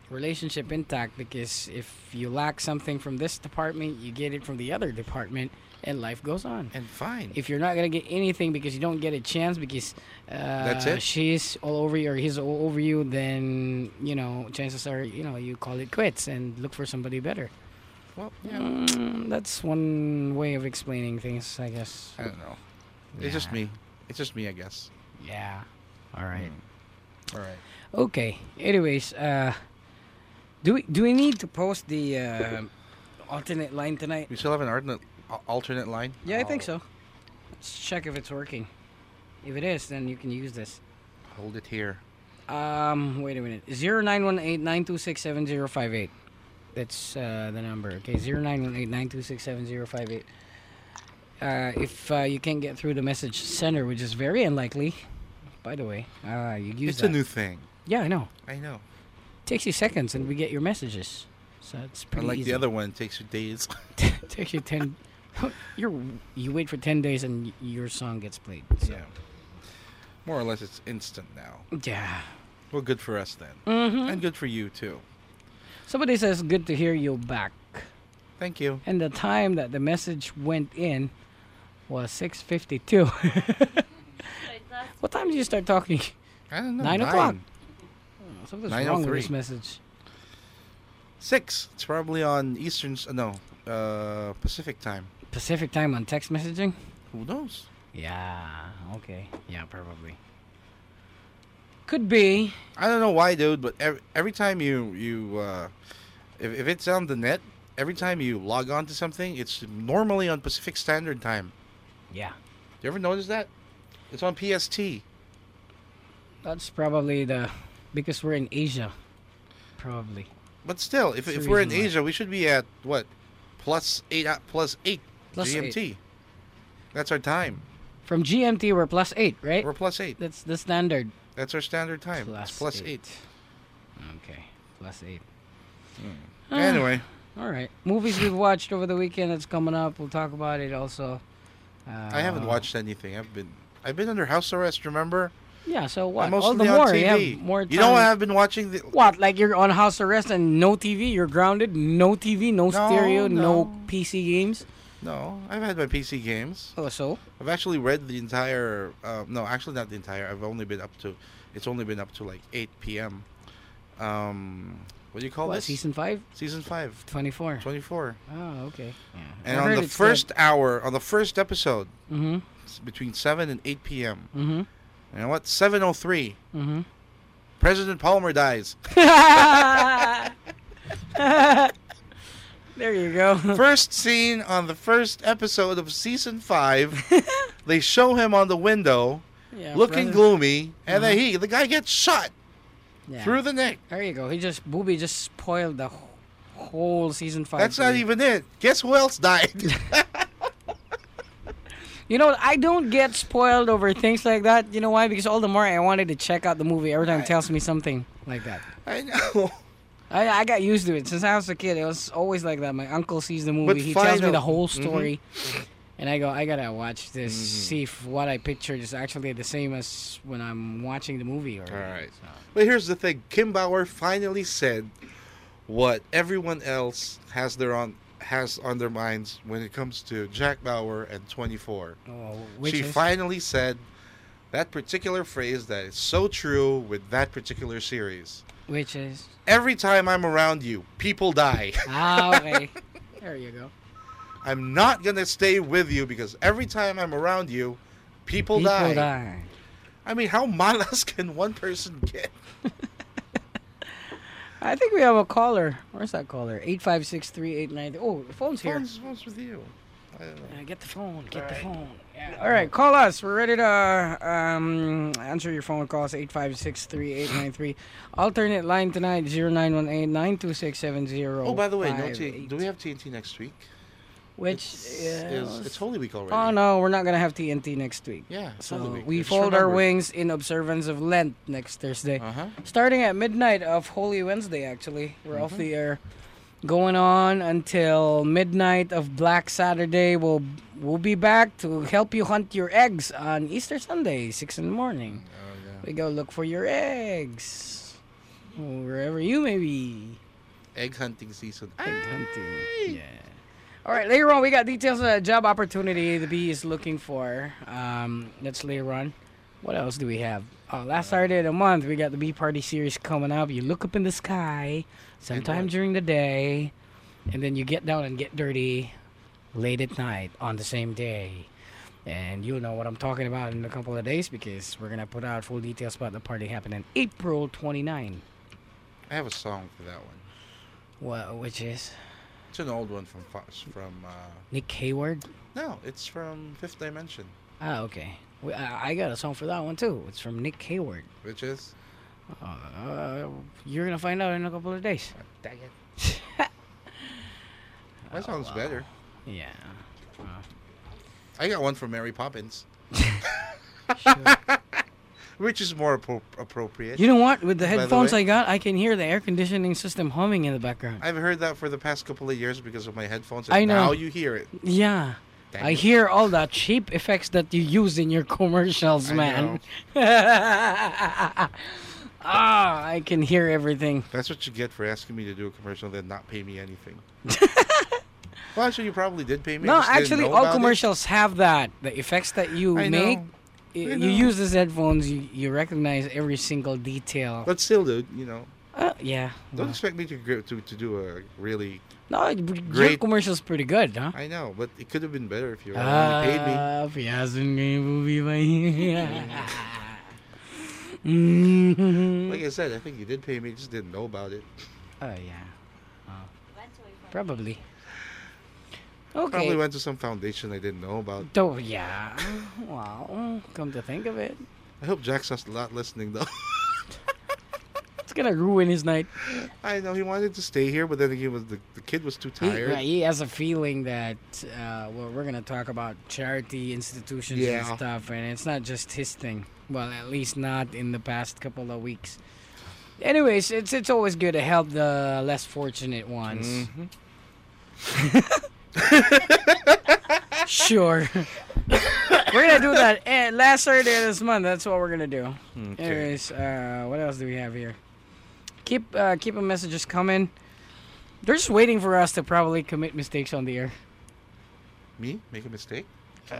[SPEAKER 3] relationship intact because if you lack something from this department, you get it from the other department, and life goes on.
[SPEAKER 1] and fine.
[SPEAKER 3] If you're not gonna get anything because you don't get a chance because uh,
[SPEAKER 1] it?
[SPEAKER 3] she's all over you or he's all over you, then you know chances are you know you call it quits and look for somebody better.
[SPEAKER 1] well, yeah.
[SPEAKER 3] Mm, that's one way of explaining things, I guess.
[SPEAKER 1] I don't know. It's just
[SPEAKER 3] Yeah.
[SPEAKER 1] me. It's just me, I guess.
[SPEAKER 3] Yeah. All right.
[SPEAKER 1] All right.
[SPEAKER 3] Okay. Anyways, uh, do we do we need to post the uh, alternate line tonight?
[SPEAKER 1] We still have an alternate al- alternate line.
[SPEAKER 3] Yeah, I think so. Let's check if it's working. If it is, then you can use this.
[SPEAKER 1] Hold it here.
[SPEAKER 3] Um, wait a minute. Zero nine one eight nine two six seven zero five eight. That's uh, the number. Okay, zero nine one eight nine two six seven zero five eight. Uh, if uh, you can't get through the message center, which is very unlikely, by the way, uh, you use
[SPEAKER 1] it's
[SPEAKER 3] that.
[SPEAKER 1] a new thing.
[SPEAKER 3] yeah, I know.
[SPEAKER 1] I know.
[SPEAKER 3] takes you seconds and we get your messages. So it's pretty
[SPEAKER 1] Unlike
[SPEAKER 3] easy.
[SPEAKER 1] the other one, it takes you days.
[SPEAKER 3] takes you 10 you're you wait for 10 days and y- your song gets played. So.
[SPEAKER 1] yeah. More or less, it's instant now.
[SPEAKER 3] Yeah.
[SPEAKER 1] Well, good for us then,
[SPEAKER 3] Mhm.
[SPEAKER 1] and good for you too.
[SPEAKER 3] Somebody says good to hear you back.
[SPEAKER 1] Thank you.
[SPEAKER 3] And the time that the message went in was 6:52.
[SPEAKER 2] So I thought
[SPEAKER 3] what time did you start talking?
[SPEAKER 1] I don't know.
[SPEAKER 3] Nine o'clock. Something's wrong with
[SPEAKER 1] 9:03.
[SPEAKER 3] this message.
[SPEAKER 1] Six. It's probably on Eastern. s- No, uh, Pacific time.
[SPEAKER 3] Pacific time on text messaging?
[SPEAKER 1] Who knows?
[SPEAKER 3] Yeah, okay. Yeah, probably. Could be.
[SPEAKER 1] I don't know why, dude. But every, every time you you uh, if if it's on the net, every time you log on to something, it's normally on Pacific Standard Time.
[SPEAKER 3] Yeah.
[SPEAKER 1] You ever notice that? It's on PST.
[SPEAKER 3] That's probably the because we're in Asia, probably.
[SPEAKER 1] But still, if,
[SPEAKER 3] That's the
[SPEAKER 1] if we're in
[SPEAKER 3] reason why.
[SPEAKER 1] Asia, we should be at what plus eight uh, plus eight
[SPEAKER 3] Plus
[SPEAKER 1] GMT. That's our time.
[SPEAKER 3] From GMT, we're plus eight, right?
[SPEAKER 1] We're plus eight.
[SPEAKER 3] That's the standard.
[SPEAKER 1] That's our standard time. it's plus eight.
[SPEAKER 3] Okay, plus eight. Ah,
[SPEAKER 1] Hmm. Anyway,
[SPEAKER 3] all right. Movies we've watched over the weekend that's coming up. We'll talk about it also. Uh,
[SPEAKER 1] I haven't watched anything. I've been I've been under house arrest. Remember?
[SPEAKER 3] Yeah, so
[SPEAKER 1] I'm
[SPEAKER 3] what? All
[SPEAKER 1] mostly
[SPEAKER 3] Oh, the
[SPEAKER 1] on
[SPEAKER 3] more you
[SPEAKER 1] TV.
[SPEAKER 3] have more time.
[SPEAKER 1] You know what I've been watching? The,
[SPEAKER 3] What? Like you're on house arrest and no TV? You're grounded? No TV? No,
[SPEAKER 1] No,
[SPEAKER 3] stereo? No.
[SPEAKER 1] no.
[SPEAKER 3] PC games?
[SPEAKER 1] no, I've had my PC games.
[SPEAKER 3] Oh, so?
[SPEAKER 1] I've actually read the entire. Uh, no, actually not the entire. I've only been up to. It's only been up to like 8 p.m. Um, what do you call
[SPEAKER 3] What,
[SPEAKER 1] this?
[SPEAKER 3] season 5?
[SPEAKER 1] Season five,
[SPEAKER 3] 24.
[SPEAKER 1] 24
[SPEAKER 3] Oh, okay. Yeah.
[SPEAKER 1] and on the first hour on the first episode
[SPEAKER 3] Mm
[SPEAKER 1] it's between 7 and 8 p.m
[SPEAKER 3] hmm. Mm
[SPEAKER 1] you know what 703
[SPEAKER 3] hmm. Mm hmm.
[SPEAKER 1] president palmer dies
[SPEAKER 3] there Mm-hmm. you go.
[SPEAKER 1] first scene on the first episode of season 5 they show him on the window
[SPEAKER 3] Yeah,
[SPEAKER 1] looking
[SPEAKER 3] brother. Uh-huh.
[SPEAKER 1] gloomy and then he the guy gets shot
[SPEAKER 3] Yeah.
[SPEAKER 1] through the neck
[SPEAKER 3] There you go. He just booby just spoiled the wh- whole season five.
[SPEAKER 1] that's
[SPEAKER 3] for
[SPEAKER 1] not
[SPEAKER 3] you.
[SPEAKER 1] even it guess who else died
[SPEAKER 3] You know, I don't get spoiled over things like that. You know why? Because all the more I wanted to check out the movie every time it tells me something like that.
[SPEAKER 1] i know
[SPEAKER 3] I, I got used to it since I was a kid. It was always like that. My uncle sees the movie, he tells me
[SPEAKER 1] final-
[SPEAKER 3] the whole
[SPEAKER 1] Mhm.
[SPEAKER 3] story, and I go, I gotta watch this,
[SPEAKER 1] Mm-hmm.
[SPEAKER 3] see if what I pictured is actually the same as when I'm watching the movie. Or,
[SPEAKER 1] Alright.
[SPEAKER 3] so.
[SPEAKER 1] but here's the thing kim bauer finally said what everyone else has their on has on their minds when it comes to jack bauer and 24
[SPEAKER 3] Oh, which
[SPEAKER 1] she
[SPEAKER 3] is?
[SPEAKER 1] finally said that particular phrase that is so true with that particular series.
[SPEAKER 3] Which is
[SPEAKER 1] Every time I'm around you, people die.
[SPEAKER 3] ah okay. there you go.
[SPEAKER 1] I'm not going to stay with you because every time I'm around you, people,
[SPEAKER 3] People
[SPEAKER 1] die.
[SPEAKER 3] die.
[SPEAKER 1] I mean, how malas can one person get?
[SPEAKER 3] I think we have a caller. Where's that caller? Eight five six three eight nine. Oh, the phone's here.
[SPEAKER 1] What's, what's with you? I don't know.
[SPEAKER 3] Yeah, Uh, get the phone. Get the
[SPEAKER 1] Alright.
[SPEAKER 3] phone. Yeah. All right, call us. We're ready to uh, um, answer your phone calls. 856-3893. Alternate line tonight 0918-926-7058.
[SPEAKER 1] Oh, by the way, no T- do we have TNT next week?
[SPEAKER 3] Which
[SPEAKER 1] It's,
[SPEAKER 3] is,
[SPEAKER 1] is, it's Holy Week already.
[SPEAKER 3] Oh no, we're not gonna have TNT next week.
[SPEAKER 1] Yeah, it's Holy
[SPEAKER 3] So
[SPEAKER 1] Week.
[SPEAKER 3] we fold our wings in observance of Lent next Thursday.
[SPEAKER 1] Uh huh.
[SPEAKER 3] starting at midnight of Holy Wednesday. Actually, we're off the air, going on until midnight of Black Saturday. We'll we'll be back to help you hunt your eggs on Easter Sunday, six in the morning.
[SPEAKER 1] Oh, yeah.
[SPEAKER 3] We go look for your eggs wherever you may be.
[SPEAKER 1] Egg hunting season. Ah.
[SPEAKER 3] Egg hunting. Yeah. All right. Later on, we got details on a job opportunity the bee is looking for. Um, that's later on. What else do we have? Oh, last Saturday of the month, we got the bee party series coming up. You look up in the sky, sometime
[SPEAKER 1] what?
[SPEAKER 3] during the day, and then you get down and get dirty late at night on the same day. And you'll know what I'm talking about in a couple of days because we're going to put out full details about the party happening April 29.
[SPEAKER 1] I have a song for that one.
[SPEAKER 3] Well, which is
[SPEAKER 1] It's an old one from Fox. From uh,
[SPEAKER 3] Nick Hayward.
[SPEAKER 1] no, it's from Fifth Dimension,
[SPEAKER 3] Ah, okay. We, I, I got a song for that one too. It's from Nick Hayward.
[SPEAKER 1] which is
[SPEAKER 3] Uh, you're gonna find out in a couple of days.
[SPEAKER 1] dang it.
[SPEAKER 3] Oh,
[SPEAKER 1] My song's better.
[SPEAKER 3] Yeah.
[SPEAKER 1] I got one from Mary Poppins,
[SPEAKER 3] Sure.
[SPEAKER 1] which is more appro- appropriate.
[SPEAKER 3] you know what? With the
[SPEAKER 1] By the
[SPEAKER 3] headphones
[SPEAKER 1] way-
[SPEAKER 3] I got, I can hear the air conditioning system humming in the background.
[SPEAKER 1] I've heard that for the past couple of years because of my headphones. And
[SPEAKER 3] I know.
[SPEAKER 1] Now you hear it.
[SPEAKER 3] yeah.
[SPEAKER 1] Dang
[SPEAKER 3] I
[SPEAKER 1] it.
[SPEAKER 3] hear all the cheap effects that you use in your commercials,
[SPEAKER 1] I
[SPEAKER 3] man.
[SPEAKER 1] know.
[SPEAKER 3] Ah, I can hear everything.
[SPEAKER 1] That's what you get for asking me to do a commercial, then not pay me anything. well, actually, you probably did pay me. I
[SPEAKER 3] no,
[SPEAKER 1] just didn't
[SPEAKER 3] actually,
[SPEAKER 1] know
[SPEAKER 3] all
[SPEAKER 1] about it.
[SPEAKER 3] commercials have that. The effects that you
[SPEAKER 1] I
[SPEAKER 3] make,
[SPEAKER 1] know.
[SPEAKER 3] y-
[SPEAKER 1] I
[SPEAKER 3] you
[SPEAKER 1] know.
[SPEAKER 3] use these headphones, you, you recognize every single detail.
[SPEAKER 1] But still, dude, you know,
[SPEAKER 3] Uh, yeah.
[SPEAKER 1] don't
[SPEAKER 3] well,
[SPEAKER 1] expect me to gr- to to do a really.
[SPEAKER 3] No, it- your
[SPEAKER 1] Great.
[SPEAKER 3] commercial's pretty good, huh?
[SPEAKER 1] I know, but it could have been better if you
[SPEAKER 3] Ah,
[SPEAKER 1] already paid me.
[SPEAKER 3] Piyasan kayo po, Bimay.
[SPEAKER 1] Like I said, I think you did pay me, just didn't know about it.
[SPEAKER 3] Oh, yeah.
[SPEAKER 2] Went away from
[SPEAKER 3] Probably.
[SPEAKER 1] Probably
[SPEAKER 3] Okay.
[SPEAKER 1] went to some foundation I didn't know about.
[SPEAKER 3] Oh, yeah. Wow. Come to think of it.
[SPEAKER 1] I hope Jack's not listening though.
[SPEAKER 3] gonna ruin his night.
[SPEAKER 1] I know he wanted to stay here, but then he was the, the kid was too
[SPEAKER 3] He,
[SPEAKER 1] tired.
[SPEAKER 3] yeah, he has a feeling that uh, well, we're gonna talk about charity institutions
[SPEAKER 1] Yeah.
[SPEAKER 3] and stuff, and it's not just his thing. Well, at least not in the past couple of weeks. Anyways, it's it's always good to help the less fortunate ones.
[SPEAKER 1] Mhm.
[SPEAKER 3] Sure. we're gonna do that eh, last Saturday of this month. That's what we're gonna do.
[SPEAKER 1] Okay.
[SPEAKER 3] Anyways, uh, what else do we have here? Keep uh, keep the messages coming. They're just waiting for us to probably commit mistakes on the air.
[SPEAKER 1] Me make a mistake?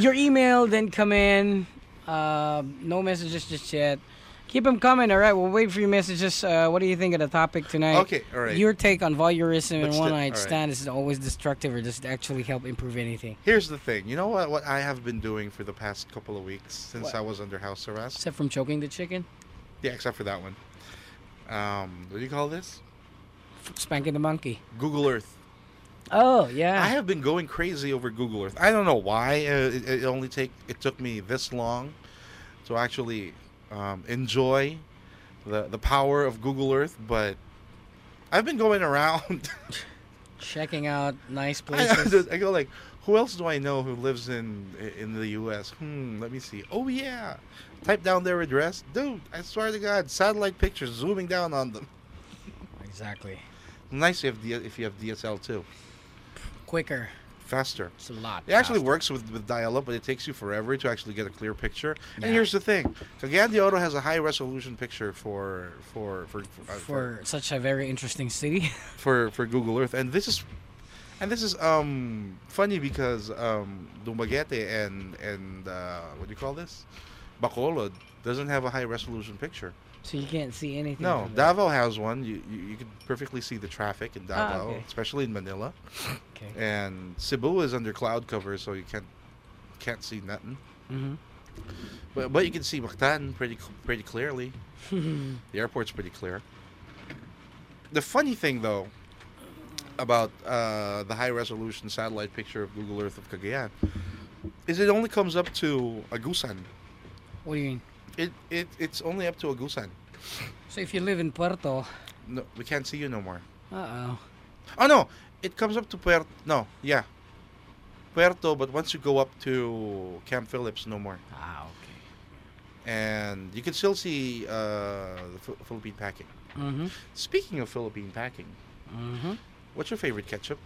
[SPEAKER 3] Your email didn't come in. Uh, no messages just yet. Keep them coming. All right, we'll wait for your messages. Uh, what do you think of the topic tonight?
[SPEAKER 1] Okay, all right.
[SPEAKER 3] Your take on voyeurism and
[SPEAKER 1] Let's do-
[SPEAKER 3] one
[SPEAKER 1] all
[SPEAKER 3] night
[SPEAKER 1] right.
[SPEAKER 3] stand is it always destructive, or does it actually help improve anything?
[SPEAKER 1] Here's the thing. You know what? What I have been doing for the past couple of weeks since
[SPEAKER 3] What?
[SPEAKER 1] I was under house arrest.
[SPEAKER 3] Except from choking the chicken,
[SPEAKER 1] Yeah, except for that one. Um, what do you call this?
[SPEAKER 3] F- spanking the monkey.
[SPEAKER 1] Google Earth.
[SPEAKER 3] Oh yeah.
[SPEAKER 1] I have been going crazy over Google Earth. I don't know why. Uh, it, it only take it took me this long to actually um, enjoy the the power of Google Earth, but I've been going around.
[SPEAKER 3] checking out nice
[SPEAKER 1] I,
[SPEAKER 3] places.
[SPEAKER 1] just- I go like, who else do I know who lives in in the U.S.? Hmm, let me see. Oh yeah, type down their address, dude. I swear to God, satellite pictures zooming down on them.
[SPEAKER 3] exactly.
[SPEAKER 1] Nice if D- if you have DSL too,
[SPEAKER 3] Quicker.
[SPEAKER 1] faster.
[SPEAKER 3] It's a lot.
[SPEAKER 1] It actually
[SPEAKER 3] faster.
[SPEAKER 1] works with, with dial up, but it takes you forever to actually get a clear picture.
[SPEAKER 3] Yeah.
[SPEAKER 1] And here's the thing: Kagandi Auto has a high resolution picture for for for for, uh, for
[SPEAKER 3] for such a very interesting city.
[SPEAKER 1] for for Google Earth, and this is and this is um funny because um Dumaguete and and uh, what do you call this Bacolod doesn't have a high resolution picture.
[SPEAKER 3] so you can't see anything.
[SPEAKER 1] No,
[SPEAKER 3] from there.
[SPEAKER 1] Davao has one. You you, you can perfectly see the traffic in Davao,
[SPEAKER 3] Ah, okay.
[SPEAKER 1] especially in Manila.
[SPEAKER 3] Okay.
[SPEAKER 1] And Cebu is under cloud cover, so you can't can't see nothing.
[SPEAKER 3] Mm-hmm.
[SPEAKER 1] But, but you can see Mactan pretty cl- pretty clearly.
[SPEAKER 3] Mm-hmm.
[SPEAKER 1] The airport's pretty clear. The funny thing though about uh, the high resolution satellite picture of Google Earth of Cagayan is it only comes up to Agusan.
[SPEAKER 3] what do you mean?
[SPEAKER 1] It, it it's only up to Agusan.
[SPEAKER 3] So if you live in Puerto,
[SPEAKER 1] No, we can't see you no more.
[SPEAKER 3] uh oh.
[SPEAKER 1] Oh no, it comes up to Puerto. No, yeah, Puerto. But once you go up to Camp Phillips, no more.
[SPEAKER 3] Ah, okay.
[SPEAKER 1] And you can still see uh, the Phil- Philippine packing.
[SPEAKER 3] Mm-hmm.
[SPEAKER 1] Speaking of Philippine packing,
[SPEAKER 3] Mm-hmm.
[SPEAKER 1] What's your favorite ketchup?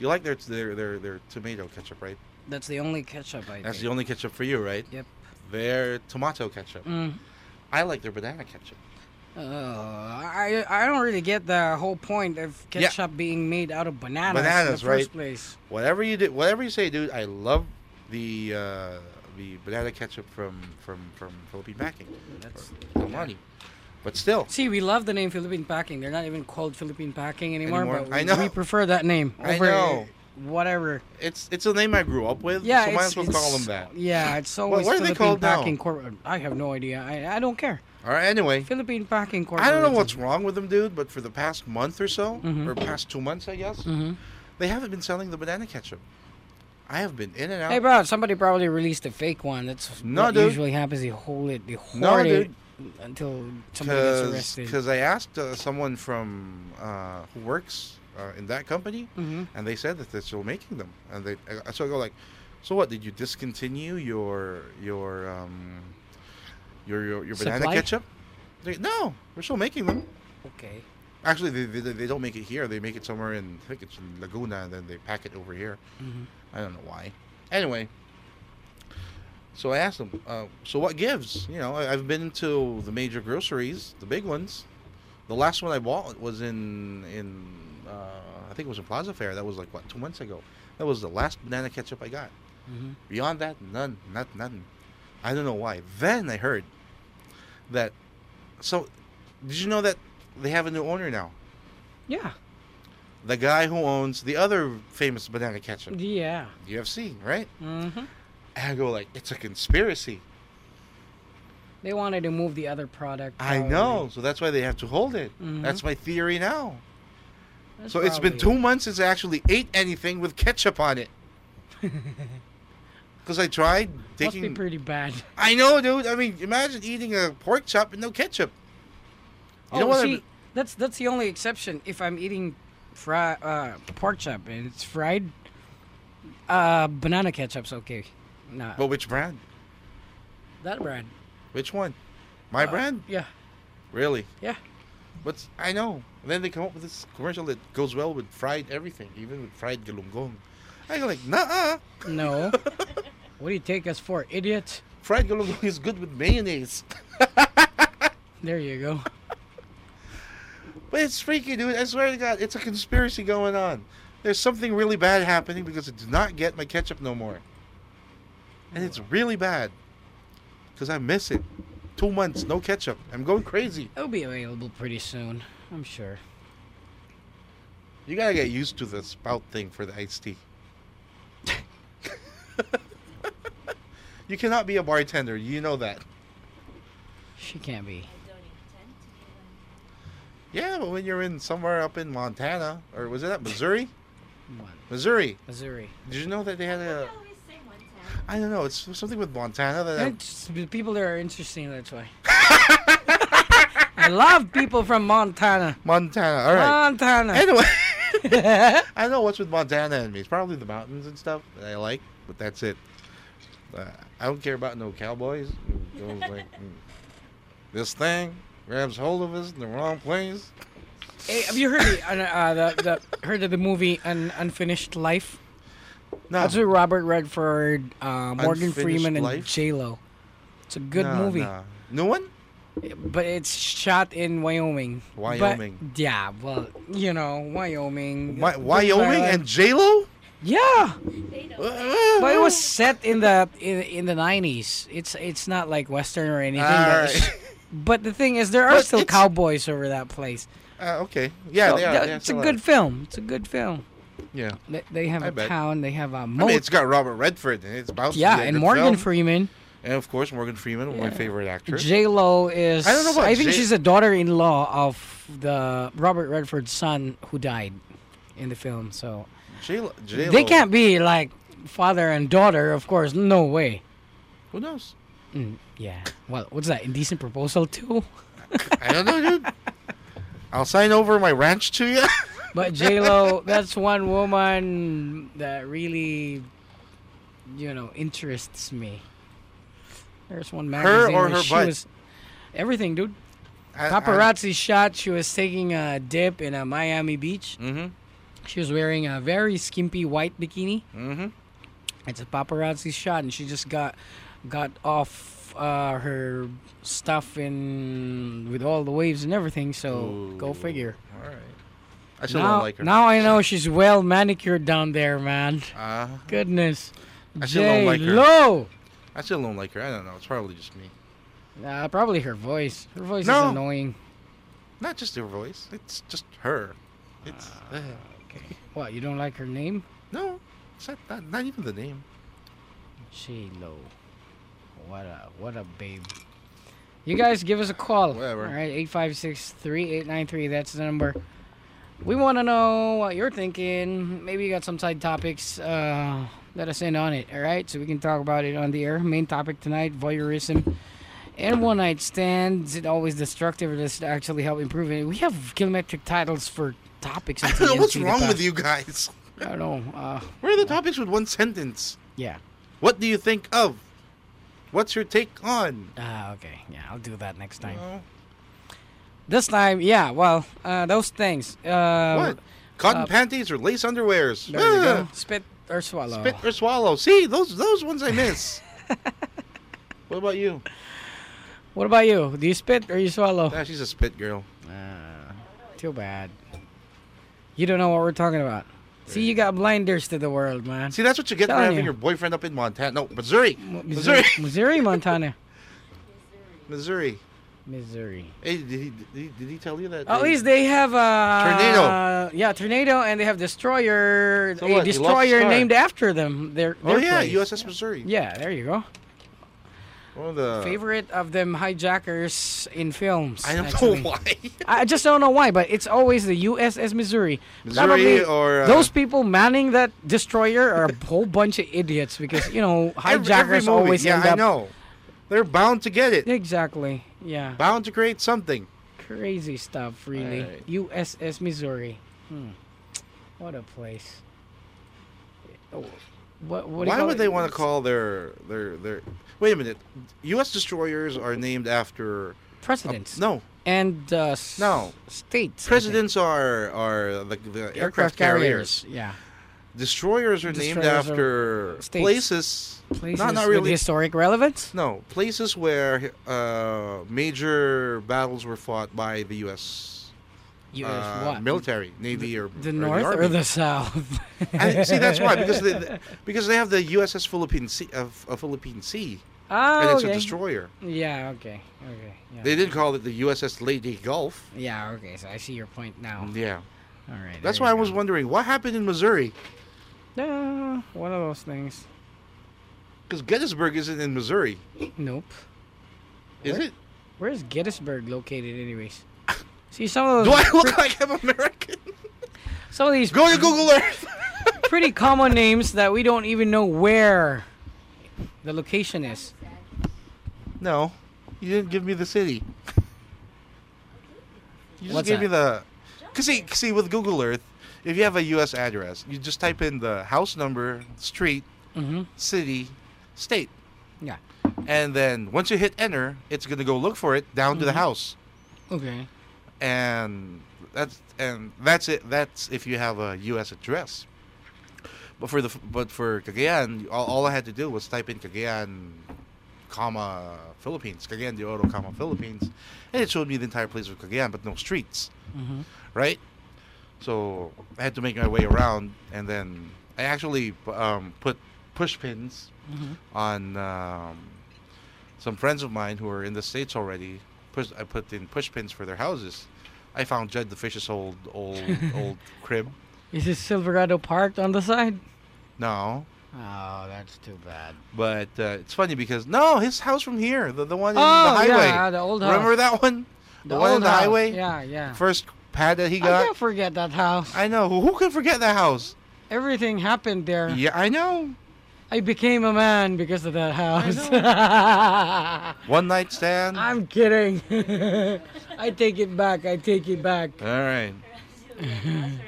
[SPEAKER 1] You like their their their, their tomato ketchup, right?
[SPEAKER 3] That's the only ketchup I
[SPEAKER 1] That's the
[SPEAKER 3] think.
[SPEAKER 1] only ketchup for you, right?
[SPEAKER 3] Yep.
[SPEAKER 1] Their tomato ketchup.
[SPEAKER 3] Mm.
[SPEAKER 1] I like their banana ketchup.
[SPEAKER 3] Uh, I I don't really get the whole point of
[SPEAKER 1] Yeah.
[SPEAKER 3] ketchup being made out of bananas,
[SPEAKER 1] Bananas,
[SPEAKER 3] in the first
[SPEAKER 1] right.
[SPEAKER 3] place.
[SPEAKER 1] Whatever you do, whatever you say, dude, I love the uh, the banana ketchup from from from Philippine Packing.
[SPEAKER 3] That's-
[SPEAKER 1] Or Kamani. But still,
[SPEAKER 3] See, we love the name Philippine Packing. They're not even called Philippine Packing anymore,
[SPEAKER 1] Anymore?
[SPEAKER 3] but
[SPEAKER 1] I
[SPEAKER 3] we,
[SPEAKER 1] know.
[SPEAKER 3] we prefer that name over
[SPEAKER 1] I know.
[SPEAKER 3] whatever.
[SPEAKER 1] it's it's a name I grew up with.
[SPEAKER 3] Yeah,
[SPEAKER 1] so
[SPEAKER 3] it's,
[SPEAKER 1] might as well call them
[SPEAKER 3] it's-
[SPEAKER 1] that.
[SPEAKER 3] Yeah, it's
[SPEAKER 1] Well,
[SPEAKER 3] always
[SPEAKER 1] what are they
[SPEAKER 3] Philippine
[SPEAKER 1] called now?
[SPEAKER 3] Packing Corp. I have no idea. I, I don't care.
[SPEAKER 1] All right. Anyway,
[SPEAKER 3] Philippine Packing Corp.
[SPEAKER 1] I don't know what's wrong with them, dude. But for the past month or so,
[SPEAKER 3] Mhm.
[SPEAKER 1] or past two months, I guess,
[SPEAKER 3] hmm
[SPEAKER 1] they haven't been selling the banana ketchup. I have been in and out.
[SPEAKER 3] Hey, bro, somebody probably released a fake one. That's
[SPEAKER 1] No,
[SPEAKER 3] what
[SPEAKER 1] dude.
[SPEAKER 3] usually happens. They hold it, they hoard
[SPEAKER 1] No,
[SPEAKER 3] it
[SPEAKER 1] dude.
[SPEAKER 3] until somebody gets arrested.
[SPEAKER 1] because I asked uh, someone from uh, who works uh, in that company,
[SPEAKER 3] hmm
[SPEAKER 1] and they said that they're still making them. And they I- so I go like, so what? Did you discontinue your your um, your your, your banana
[SPEAKER 3] Supply?
[SPEAKER 1] ketchup? They, no, we're still making them.
[SPEAKER 3] Okay.
[SPEAKER 1] Actually, they, they, they don't make it here. They make it somewhere in I think it's in Laguna, and then they pack it over here.
[SPEAKER 3] hmm
[SPEAKER 1] I don't know why. Anyway, so I asked them, uh, so what gives? You know, I, I've been to the major groceries, the big ones. The last one I bought was in in uh, I think it was in Plaza Fair. That was like what two months ago. That was the last banana ketchup I got.
[SPEAKER 3] hmm
[SPEAKER 1] Beyond that, none, not nothing. I don't know why. Then I heard that. So, did you know that they have a new owner now?
[SPEAKER 3] Yeah.
[SPEAKER 1] The guy who owns the other famous banana ketchup,
[SPEAKER 3] Yeah.
[SPEAKER 1] UFC, right?
[SPEAKER 3] hmm
[SPEAKER 1] And I go like, it's a conspiracy.
[SPEAKER 3] They wanted to move the other product.
[SPEAKER 1] I
[SPEAKER 3] probably.
[SPEAKER 1] know, so that's why they have to hold it.
[SPEAKER 3] Mhm.
[SPEAKER 1] That's my theory now.
[SPEAKER 3] That's
[SPEAKER 1] so it's been
[SPEAKER 3] probably
[SPEAKER 1] two months since I actually ate anything with ketchup on it. because I tried
[SPEAKER 3] Must be
[SPEAKER 1] taking.
[SPEAKER 3] pretty bad.
[SPEAKER 1] I know, dude. I mean, imagine eating a pork chop and no ketchup. You
[SPEAKER 3] oh,
[SPEAKER 1] know what?
[SPEAKER 3] see,
[SPEAKER 1] I'm-
[SPEAKER 3] that's that's the only exception. If I'm eating fry, uh, pork chop and it's fried, uh, banana ketchup's okay. Nah,
[SPEAKER 1] But which brand?
[SPEAKER 3] that brand.
[SPEAKER 1] Which one? My
[SPEAKER 3] Uh,
[SPEAKER 1] brand?
[SPEAKER 3] Yeah,
[SPEAKER 1] Really?
[SPEAKER 3] yeah.
[SPEAKER 1] But I know. And then they come up with this commercial that goes well with fried everything, even with fried galunggong. I go like, nah,
[SPEAKER 3] No. what do you take us for, idiot?
[SPEAKER 1] fried galunggong is good with mayonnaise.
[SPEAKER 3] There you go.
[SPEAKER 1] But it's freaky, dude. I swear to God, it's a conspiracy going on. There's something really bad happening because I do not get my ketchup no more. And it's really bad. Because I miss it. Two months, no ketchup. I'm going crazy.
[SPEAKER 3] It'll be available pretty soon, I'm sure.
[SPEAKER 1] You gotta get used to the spout thing for the iced tea. you cannot be a bartender. You know that.
[SPEAKER 3] She can't be.
[SPEAKER 1] Yeah, but when you're in somewhere up in Montana, or was it at Missouri?
[SPEAKER 3] One.
[SPEAKER 1] Missouri.
[SPEAKER 3] Missouri.
[SPEAKER 1] Did you know that they had a?
[SPEAKER 2] always say one time.
[SPEAKER 1] I don't know. It's something with Montana that. I'm-
[SPEAKER 3] It's- the people there are interesting, that's why. I love people from Montana.
[SPEAKER 1] Montana. All right.
[SPEAKER 3] Montana.
[SPEAKER 1] anyway, I don't know what's with Montana and me. It's probably the mountains and stuff that I like, but that's it. Uh, I don't care about no cowboys. It goes like, mm. this thing grabs hold of us in the wrong place.
[SPEAKER 3] Hey, have you heard the, uh, uh, the, the heard of the movie Un- Unfinished Life?
[SPEAKER 1] No,
[SPEAKER 3] That's with Robert Redford, uh, Morgan
[SPEAKER 1] Unfinished
[SPEAKER 3] Freeman, and
[SPEAKER 1] Life?
[SPEAKER 3] J Lo. It's a good
[SPEAKER 1] no,
[SPEAKER 3] movie,
[SPEAKER 1] no. New one?
[SPEAKER 3] but it's shot in Wyoming. But-
[SPEAKER 1] Wyoming.
[SPEAKER 3] yeah, well, you know, Wyoming.
[SPEAKER 1] Wy-
[SPEAKER 3] the
[SPEAKER 1] Wyoming
[SPEAKER 3] weather.
[SPEAKER 1] and J Lo?
[SPEAKER 3] yeah,
[SPEAKER 2] They
[SPEAKER 1] Uh.
[SPEAKER 2] don't.
[SPEAKER 3] but it was set in the in, in the nineties. It's it's not like Western or anything. but it's- But the thing is, there are
[SPEAKER 1] But
[SPEAKER 3] still
[SPEAKER 1] it's-
[SPEAKER 3] cowboys over that place.
[SPEAKER 1] Uh, okay. Yeah,
[SPEAKER 3] So
[SPEAKER 1] they are.
[SPEAKER 3] th-
[SPEAKER 1] they are
[SPEAKER 3] it's a
[SPEAKER 1] still
[SPEAKER 3] good
[SPEAKER 1] alive.
[SPEAKER 3] film. It's a good film.
[SPEAKER 1] Yeah.
[SPEAKER 3] They, they have
[SPEAKER 1] I
[SPEAKER 3] a
[SPEAKER 1] bet.
[SPEAKER 3] town. They have a
[SPEAKER 1] I
[SPEAKER 3] moat.
[SPEAKER 1] mean, it's got Robert Redford and it's about
[SPEAKER 3] yeah, and Morgan
[SPEAKER 1] Freeman.
[SPEAKER 3] Freeman.
[SPEAKER 1] And of course, Morgan Freeman, my
[SPEAKER 3] Yeah.
[SPEAKER 1] favorite actor.
[SPEAKER 3] J Lo is.
[SPEAKER 1] I don't know about
[SPEAKER 3] think
[SPEAKER 1] J-
[SPEAKER 3] she's a daughter-in-law of the Robert Redford's son who died in the film. So
[SPEAKER 1] J Lo. J-Lo.
[SPEAKER 3] they can't be like father and daughter. Of course, no way.
[SPEAKER 1] Who knows?
[SPEAKER 3] Mm, yeah. Well, what's that? Indecent proposal too.
[SPEAKER 1] I don't know, dude. I'll sign over my ranch to you.
[SPEAKER 3] But J Lo, that's one woman that really, you know, interests me. There's one magazine
[SPEAKER 1] or
[SPEAKER 3] where
[SPEAKER 1] her
[SPEAKER 3] she
[SPEAKER 1] butt?
[SPEAKER 3] was everything, dude.
[SPEAKER 1] I- I-
[SPEAKER 3] Paparazzi shot. She was taking a dip in a Miami beach.
[SPEAKER 1] Mhm.
[SPEAKER 3] She was wearing a very skimpy white bikini.
[SPEAKER 1] Mhm.
[SPEAKER 3] It's a paparazzi shot, and she just got got off uh, her stuff in with all the waves and everything. So go
[SPEAKER 1] Ooh.
[SPEAKER 3] figure.
[SPEAKER 1] All right. I still
[SPEAKER 3] Now,
[SPEAKER 1] don't like her.
[SPEAKER 3] now I know she's well manicured down there, man.
[SPEAKER 1] Uh,
[SPEAKER 3] Goodness.
[SPEAKER 1] I still don't like her.
[SPEAKER 3] J-Lo.
[SPEAKER 1] I still don't like her. I don't know. It's probably just me.
[SPEAKER 3] Nah, probably her voice. Her voice
[SPEAKER 1] No.
[SPEAKER 3] is annoying.
[SPEAKER 1] Not just her voice. It's just her. It's uh,
[SPEAKER 3] What, you don't like her name?
[SPEAKER 1] no. It's not, not not even the name.
[SPEAKER 3] J-Lo. What a what a babe. You guys give us a call.
[SPEAKER 1] Whatever.
[SPEAKER 3] All right, 856-3893. That's the number. We want to know what you're thinking. Maybe you got some side topics. Uh, let us in on it, all right? So we can talk about it on the air. Main topic tonight, voyeurism. And one night stands. Is it always destructive or does it actually help improve it? We have kilometric titles for topics.
[SPEAKER 1] I don't know what's wrong with you guys.
[SPEAKER 3] I don't know. Uh,
[SPEAKER 1] Where are the topics with one sentence?
[SPEAKER 3] yeah.
[SPEAKER 1] What do you think of? What's your take on?
[SPEAKER 3] Ah, okay. Yeah, I'll do that next time.
[SPEAKER 1] Well,
[SPEAKER 3] This time, yeah, well, uh, those things. Uh,
[SPEAKER 1] what? Cotton
[SPEAKER 3] uh,
[SPEAKER 1] panties or lace underwears?
[SPEAKER 3] There you
[SPEAKER 1] Ah,
[SPEAKER 3] go. Spit or swallow.
[SPEAKER 1] Spit or swallow. See those those ones I miss. what about you?
[SPEAKER 3] What about you? Do you spit or you swallow?
[SPEAKER 1] Ah, she's a spit girl.
[SPEAKER 3] Too bad. You don't know what we're talking about. See, you got blinders to the world, man.
[SPEAKER 1] See, that's what you get for
[SPEAKER 3] Telling
[SPEAKER 1] having
[SPEAKER 3] you.
[SPEAKER 1] your boyfriend up in Montana. No, Missouri.
[SPEAKER 3] Mo-
[SPEAKER 1] Missouri.
[SPEAKER 3] Missouri, Montana.
[SPEAKER 1] Missouri.
[SPEAKER 3] Missouri.
[SPEAKER 1] Hey, did he, did he did he tell you that?
[SPEAKER 3] At
[SPEAKER 1] they-
[SPEAKER 3] least they have uh,
[SPEAKER 1] Tornado.
[SPEAKER 3] Yeah, tornado, and they have destroyer.
[SPEAKER 1] So what,
[SPEAKER 3] a
[SPEAKER 1] you lost
[SPEAKER 3] destroyer
[SPEAKER 1] star.
[SPEAKER 3] named after them. Their,
[SPEAKER 1] Oh
[SPEAKER 3] their
[SPEAKER 1] yeah,
[SPEAKER 3] place.
[SPEAKER 1] USS Missouri.
[SPEAKER 3] Yeah, there you go.
[SPEAKER 1] One of the
[SPEAKER 3] Favorite of them hijackers in films.
[SPEAKER 1] Uh. I don't
[SPEAKER 3] actually.
[SPEAKER 1] know why.
[SPEAKER 3] I I just don't know why, but it's always the USS Missouri.
[SPEAKER 1] Missouri
[SPEAKER 3] Probably
[SPEAKER 1] or uh,
[SPEAKER 3] those people manning that destroyer are a whole bunch of idiots because you know
[SPEAKER 1] every- every
[SPEAKER 3] hijackers
[SPEAKER 1] movie.
[SPEAKER 3] always
[SPEAKER 1] Yeah,
[SPEAKER 3] end
[SPEAKER 1] I
[SPEAKER 3] up
[SPEAKER 1] know. They're bound to get it.
[SPEAKER 3] exactly. Yeah,
[SPEAKER 1] Bound to create something.
[SPEAKER 3] crazy stuff. Really,
[SPEAKER 1] Alright.
[SPEAKER 3] USS Missouri. Hmm. What a place. Oh, What, what do you
[SPEAKER 1] Why
[SPEAKER 3] call
[SPEAKER 1] would
[SPEAKER 3] it?
[SPEAKER 1] they want to call their their their? Wait a minute. U.S. destroyers are named after uh,
[SPEAKER 3] presidents?
[SPEAKER 1] no
[SPEAKER 3] and uh, s-
[SPEAKER 1] No.
[SPEAKER 3] states. I think.
[SPEAKER 1] presidents are are the, the aircraft, carriers.
[SPEAKER 3] Yeah,
[SPEAKER 1] Destroyers are named
[SPEAKER 3] Destroyers are
[SPEAKER 1] after
[SPEAKER 3] states.
[SPEAKER 1] places.
[SPEAKER 3] places
[SPEAKER 1] Not not
[SPEAKER 3] with
[SPEAKER 1] really. Uh,
[SPEAKER 3] historic relevance.
[SPEAKER 1] No places where uh, major battles were fought by the U.S.
[SPEAKER 3] U.S.
[SPEAKER 1] uh,
[SPEAKER 3] what?
[SPEAKER 1] military, navy, or
[SPEAKER 3] the
[SPEAKER 1] or
[SPEAKER 3] north
[SPEAKER 1] the
[SPEAKER 3] or
[SPEAKER 1] Army.
[SPEAKER 3] the south?
[SPEAKER 1] I, see, that's why because they, they- because they have the USS Philippine Sea, uh, a Philippine Sea,
[SPEAKER 3] oh,
[SPEAKER 1] and it's
[SPEAKER 3] okay.
[SPEAKER 1] a destroyer.
[SPEAKER 3] Yeah. Okay. Okay. Yeah.
[SPEAKER 1] They did call it the USS Lady Gulf.
[SPEAKER 3] Yeah. Okay. So I see your point now.
[SPEAKER 1] Yeah,
[SPEAKER 3] All right.
[SPEAKER 1] that's
[SPEAKER 3] there
[SPEAKER 1] why I
[SPEAKER 3] you
[SPEAKER 1] was
[SPEAKER 3] go.
[SPEAKER 1] wondering what happened in Missouri
[SPEAKER 3] Yeah, one of those things.
[SPEAKER 1] because Gettysburg isn't in Missouri,
[SPEAKER 3] Nope.
[SPEAKER 1] is
[SPEAKER 3] What?
[SPEAKER 1] it?
[SPEAKER 3] Where's Gettysburg located, anyways? See some of
[SPEAKER 1] Do
[SPEAKER 3] those.
[SPEAKER 1] I look like I'm American?
[SPEAKER 3] Some of these
[SPEAKER 1] Go to Google Earth.
[SPEAKER 3] pretty common names that we don't even know where the location is.
[SPEAKER 1] No, you didn't give me the city. You just
[SPEAKER 3] What's
[SPEAKER 1] gave
[SPEAKER 3] that?
[SPEAKER 1] me the. Cause see, see, with Google Earth, if you have a U.S. address, you just type in the house number, street,
[SPEAKER 3] Mm-hmm.
[SPEAKER 1] city, state.
[SPEAKER 3] Yeah.
[SPEAKER 1] And then once you hit enter, it's gonna go look for it down to the
[SPEAKER 3] Mhm.
[SPEAKER 1] house,
[SPEAKER 3] Okay.
[SPEAKER 1] and that's and that's it. That's if you have a U.S. address. But for the f- but for Cagayan, all, all I had to do was type in Cagayan, comma Philippines, Cagayan de Oro, comma Philippines, and it showed me the entire place of Cagayan, but no streets,
[SPEAKER 3] Mm-hmm.
[SPEAKER 1] right? So I had to make my way around, and then I actually um, put push pins
[SPEAKER 3] Mm-hmm.
[SPEAKER 1] on um, some friends of mine who are in the states already. Push, I put in push pins for their houses. I found Jed the Fish's old old old crib.
[SPEAKER 3] Is this Silverado parked on the side?
[SPEAKER 1] No,
[SPEAKER 3] Oh, that's too bad.
[SPEAKER 1] but uh, it's funny because no, his house from here, the the one in
[SPEAKER 3] oh,
[SPEAKER 1] the highway.
[SPEAKER 3] yeah, the old house.
[SPEAKER 1] Remember that one? The, one on
[SPEAKER 3] old
[SPEAKER 1] the
[SPEAKER 3] house.
[SPEAKER 1] highway.
[SPEAKER 3] Yeah, yeah.
[SPEAKER 1] First pad that he
[SPEAKER 3] I
[SPEAKER 1] got.
[SPEAKER 3] can't forget that house.
[SPEAKER 1] I know. Who can forget that house?
[SPEAKER 3] Everything happened there.
[SPEAKER 1] Yeah, I know.
[SPEAKER 3] I became a man because of that house.
[SPEAKER 1] One night stand.
[SPEAKER 3] I'm kidding. I take it back. I take it back.
[SPEAKER 1] All right.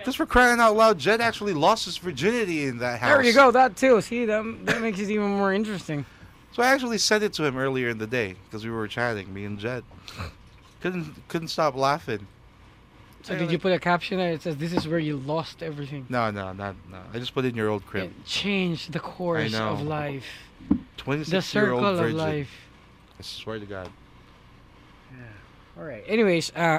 [SPEAKER 1] Just for crying out loud, Jed actually lost his virginity in that house.
[SPEAKER 3] There you go. That too. See, that that makes it even more interesting.
[SPEAKER 1] So I actually said it to him earlier in the day because we were chatting, me and Jed. Couldn't couldn't stop laughing.
[SPEAKER 3] So did you put a caption there? It says, "This is where you lost everything."
[SPEAKER 1] No, no, not no. I just put in your old crib.
[SPEAKER 3] It changed the course
[SPEAKER 1] know.
[SPEAKER 3] of life, the
[SPEAKER 1] Twenty-six year
[SPEAKER 3] circle
[SPEAKER 1] old
[SPEAKER 3] of
[SPEAKER 1] virgin.
[SPEAKER 3] life.
[SPEAKER 1] I swear to God.
[SPEAKER 3] All right. Anyways, uh,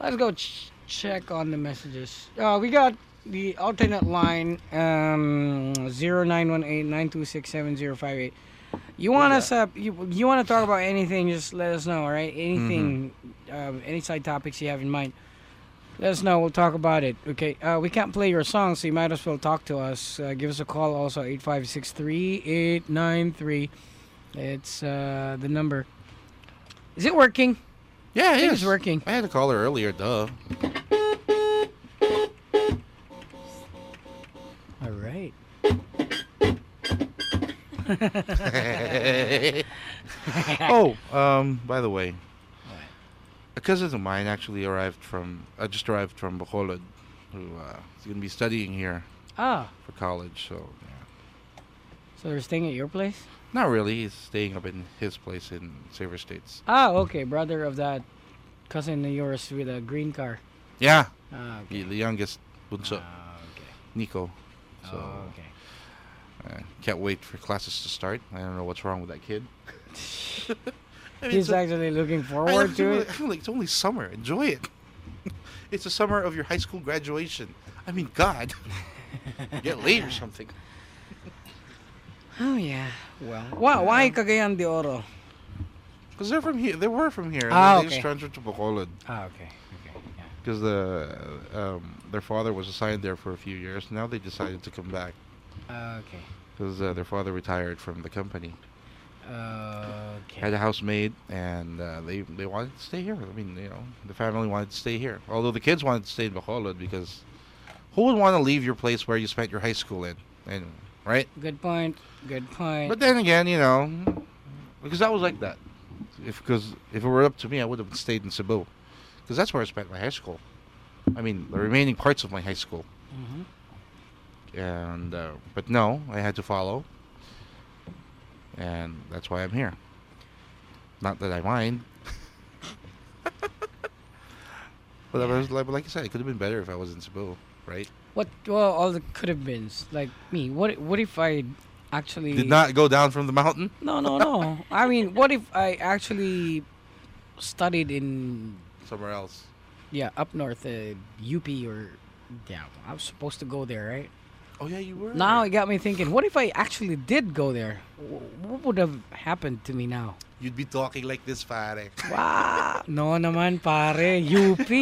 [SPEAKER 3] let's go ch- check on the messages. Uh, we got the alternate line um 0918-926-7058. You want us up? You you want to talk about anything? Just let us know. All right. Anything, um, any side topics you have in mind. Let us know. We'll talk about it. Okay. Uh, we can't play your song, so you might as well talk to us. Uh, give us a call also 856-3893. It's uh, the number. Is it working?
[SPEAKER 1] Yeah,
[SPEAKER 3] I
[SPEAKER 1] it
[SPEAKER 3] think it's
[SPEAKER 1] is.
[SPEAKER 3] working.
[SPEAKER 1] I had to call her earlier. Duh.
[SPEAKER 3] All right.
[SPEAKER 1] oh, um, by the way, a cousin of mine actually arrived from. I just arrived from Bacolod, who uh, is going to be studying here
[SPEAKER 3] Ah,
[SPEAKER 1] for college. So, yeah.
[SPEAKER 3] so they're staying at your place?
[SPEAKER 1] not really. He's staying up in his place in Saver States.
[SPEAKER 3] Ah, okay, brother of that cousin of yours with a green car.
[SPEAKER 1] Yeah,
[SPEAKER 3] Ah, okay.
[SPEAKER 1] the the youngest, bunso,
[SPEAKER 3] Ah, okay.
[SPEAKER 1] Nico. So
[SPEAKER 3] Oh, okay.
[SPEAKER 1] uh, can't wait for classes to start. I don't know what's wrong with that kid. I mean, it's
[SPEAKER 3] He's
[SPEAKER 1] a-
[SPEAKER 3] actually looking
[SPEAKER 1] I
[SPEAKER 3] forward
[SPEAKER 1] know,
[SPEAKER 3] to
[SPEAKER 1] it's only-
[SPEAKER 3] it.
[SPEAKER 1] I feel like it's only summer. Enjoy it. it's the summer of your high school graduation. I mean, God, get late or something.
[SPEAKER 3] Oh, yeah. Well, why, why Cagayan de Oro?
[SPEAKER 1] Because they're from here. They were from here. and
[SPEAKER 3] Ah,
[SPEAKER 1] then they
[SPEAKER 3] okay.
[SPEAKER 1] just transferred to Bacolod
[SPEAKER 3] Ah, okay. Okay. Yeah.
[SPEAKER 1] because the um, their father was assigned there for a few years. Now they decided to come back
[SPEAKER 3] Ah, okay.
[SPEAKER 1] because uh, their father retired from the company.
[SPEAKER 3] Uh,
[SPEAKER 1] Had
[SPEAKER 3] okay.
[SPEAKER 1] a housemaid, and uh, they they wanted to stay here. I mean, you know, the family wanted to stay here. Although the kids wanted to stay in Bacolod because who would want to leave your place where you spent your high school in, and right?
[SPEAKER 3] Good point. Good point.
[SPEAKER 1] But then again, you know, because I was like that. If because if it were up to me, I would have stayed in Cebu, because that's where I spent my high school. I mean, the remaining parts of my high school.
[SPEAKER 3] Mhm.
[SPEAKER 1] And uh, but no, I had to follow, and that's why I'm here. Not that I mind. But I was like, like you said, it could have been better if I was in Cebu, right?
[SPEAKER 3] What? Well, all the could have been like me. What? What if I actually
[SPEAKER 1] Did not go down from the mountain.
[SPEAKER 3] No, no, no. I mean, what if I actually studied in
[SPEAKER 1] Somewhere else.
[SPEAKER 3] yeah up north, uh, UP or yeah, I was supposed to go there, right?
[SPEAKER 1] Oh yeah, you were.
[SPEAKER 3] Now it got me thinking. What if I actually did go there? Wh- What would have happened to me now?
[SPEAKER 1] you'd be talking like this, Fare.
[SPEAKER 3] Wow. no naman pare, UP.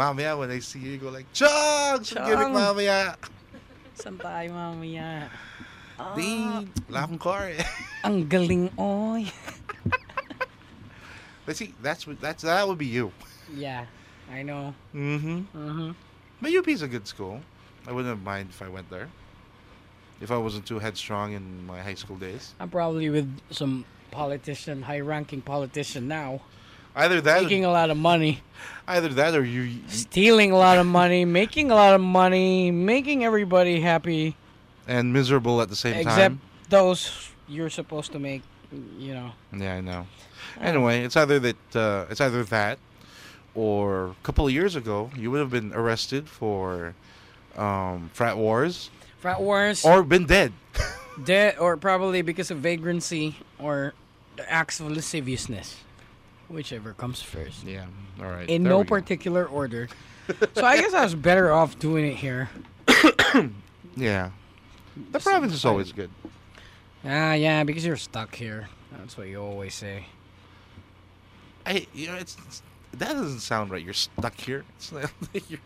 [SPEAKER 1] Mamaya, when I see you, you go like, Chug! Forgive
[SPEAKER 3] Chug!
[SPEAKER 1] mamaya!
[SPEAKER 3] Saan tayo mamaya? Ah,
[SPEAKER 1] Di, wala akong car eh.
[SPEAKER 3] ang galing oy.
[SPEAKER 1] But see, that's, what- that's, that would be you.
[SPEAKER 3] yeah, I know.
[SPEAKER 1] Mm-hmm.
[SPEAKER 3] Mm-hmm.
[SPEAKER 1] But UP is a good school. I wouldn't have mind if I went there. If I wasn't too headstrong in my high school days.
[SPEAKER 3] I'm probably with some politician, high-ranking politician now,
[SPEAKER 1] Either that,
[SPEAKER 3] making a lot of money.
[SPEAKER 1] either that or you,
[SPEAKER 3] stealing a lot of money, making a lot of money, making everybody happy,
[SPEAKER 1] and miserable at the same
[SPEAKER 3] except
[SPEAKER 1] time.
[SPEAKER 3] those you're supposed to make. You know,
[SPEAKER 1] Yeah, I know. Anyway, it's either that, uh, it's either that, or a couple of years ago, you would have been arrested for um, frat wars
[SPEAKER 3] frat wars, or
[SPEAKER 1] or been dead.
[SPEAKER 3] debt, or probably because of vagrancy or acts of lasciviousness, whichever comes first.
[SPEAKER 1] Yeah. All right.
[SPEAKER 3] In
[SPEAKER 1] There
[SPEAKER 3] no
[SPEAKER 1] we go.
[SPEAKER 3] particular order. so I guess I was better off doing it here.
[SPEAKER 1] Yeah. The province is always good.
[SPEAKER 3] Ah, yeah, because you're stuck here. That's what you always say.
[SPEAKER 1] I you know it's, it's- that doesn't sound right. You're stuck here. It's like you're,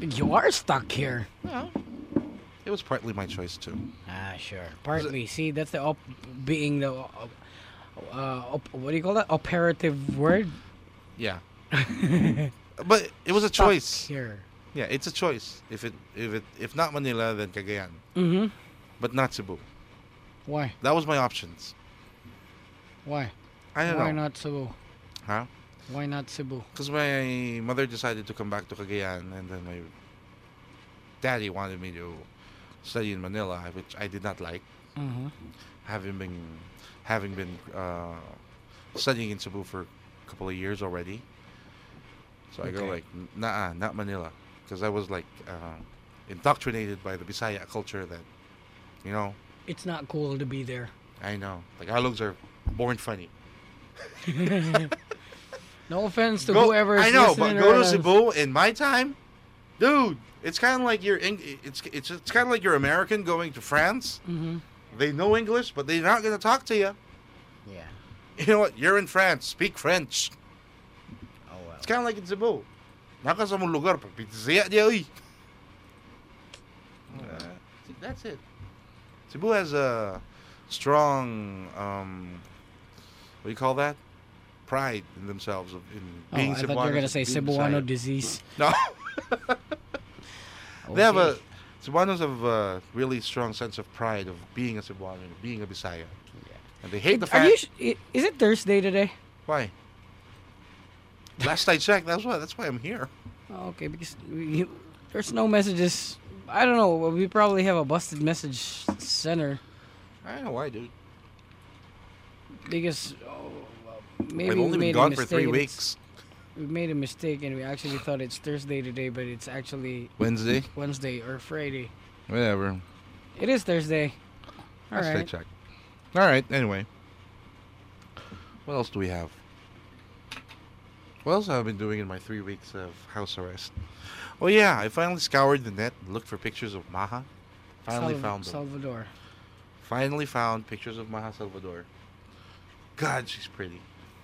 [SPEAKER 3] You are stuck here.
[SPEAKER 1] well, it was partly my choice too.
[SPEAKER 3] Ah, sure. Partly. See, that's the op- being the uh, uh, op- what do you call that? Operative word.
[SPEAKER 1] Yeah. but it was a
[SPEAKER 3] Stuck
[SPEAKER 1] choice.
[SPEAKER 3] here.
[SPEAKER 1] Yeah, it's a choice. If it if it if not Manila then Cagayan,
[SPEAKER 3] Mm-hmm.
[SPEAKER 1] but not Cebu.
[SPEAKER 3] Why?
[SPEAKER 1] That was my options.
[SPEAKER 3] Why?
[SPEAKER 1] I don't
[SPEAKER 3] Why
[SPEAKER 1] know.
[SPEAKER 3] not Cebu?
[SPEAKER 1] Huh?
[SPEAKER 3] Why not Cebu?
[SPEAKER 1] Because my mother decided to come back to Cagayan, and then my daddy wanted me to study in Manila, which I did not like.
[SPEAKER 3] Mm-hmm.
[SPEAKER 1] having been having been uh, studying in Cebu for a couple of years already. So I go
[SPEAKER 3] Okay.
[SPEAKER 1] like, nah, not Manila, because I was like uh, indoctrinated by the Bisaya culture that, you know,
[SPEAKER 3] It's not cool to be there.
[SPEAKER 1] I know, like Halogs are born funny.
[SPEAKER 3] No offense to
[SPEAKER 1] Go-
[SPEAKER 3] whoever is
[SPEAKER 1] I know, but
[SPEAKER 3] listening
[SPEAKER 1] go
[SPEAKER 3] right
[SPEAKER 1] to
[SPEAKER 3] now.
[SPEAKER 1] Cebu in my time, dude. It's kind of like you're Eng- it's it's it's kind of like you're American going to France.
[SPEAKER 3] Mhm.
[SPEAKER 1] They know English, but they're not gonna talk to you.
[SPEAKER 3] Yeah.
[SPEAKER 1] You know what? You're in France. Speak French.
[SPEAKER 3] Oh well.
[SPEAKER 1] It's kind of like in Cebu. Nakasa mong lugar, pag pizzeria niya, uy. That's it. Cebu has a strong, um, what do you call that? Pride in themselves of in
[SPEAKER 3] Oh,
[SPEAKER 1] being
[SPEAKER 3] I thought you were
[SPEAKER 1] Cebuanos,
[SPEAKER 3] gonna say
[SPEAKER 1] being
[SPEAKER 3] Cebuano
[SPEAKER 1] Bisaya.
[SPEAKER 3] disease.
[SPEAKER 1] No, they have a
[SPEAKER 3] Oh, Okay.
[SPEAKER 1] Cebuanos have a really strong sense of pride of being a Cebuano, being a Bisaya, and they hate the
[SPEAKER 3] Are
[SPEAKER 1] fact.
[SPEAKER 3] you? Sh- i- is it Thursday today?
[SPEAKER 1] why? Last I checked, that's why. That's why I'm here.
[SPEAKER 3] Oh, okay, because we, there's no messages. I don't know. We probably have a busted message center.
[SPEAKER 1] I don't know why, dude.
[SPEAKER 3] because oh, well, maybe
[SPEAKER 1] I've
[SPEAKER 3] we
[SPEAKER 1] only been
[SPEAKER 3] made
[SPEAKER 1] gone
[SPEAKER 3] a
[SPEAKER 1] for
[SPEAKER 3] mistake.
[SPEAKER 1] three
[SPEAKER 3] and it's-
[SPEAKER 1] weeks.
[SPEAKER 3] We made a mistake and we actually thought it's Thursday today, but it's actually
[SPEAKER 1] Wednesday,
[SPEAKER 3] Wednesday or Friday.
[SPEAKER 1] whatever.
[SPEAKER 3] It is Thursday. All
[SPEAKER 1] Last I
[SPEAKER 3] right.
[SPEAKER 1] checked. All right. Anyway, what else do we have? What else have I been doing in my three weeks of house arrest? Oh yeah, I finally scoured the net, and looked for pictures of Maha. Finally
[SPEAKER 3] Salv-
[SPEAKER 1] found them.
[SPEAKER 3] Salvador.
[SPEAKER 1] finally found pictures of Maha Salvador. God, she's pretty.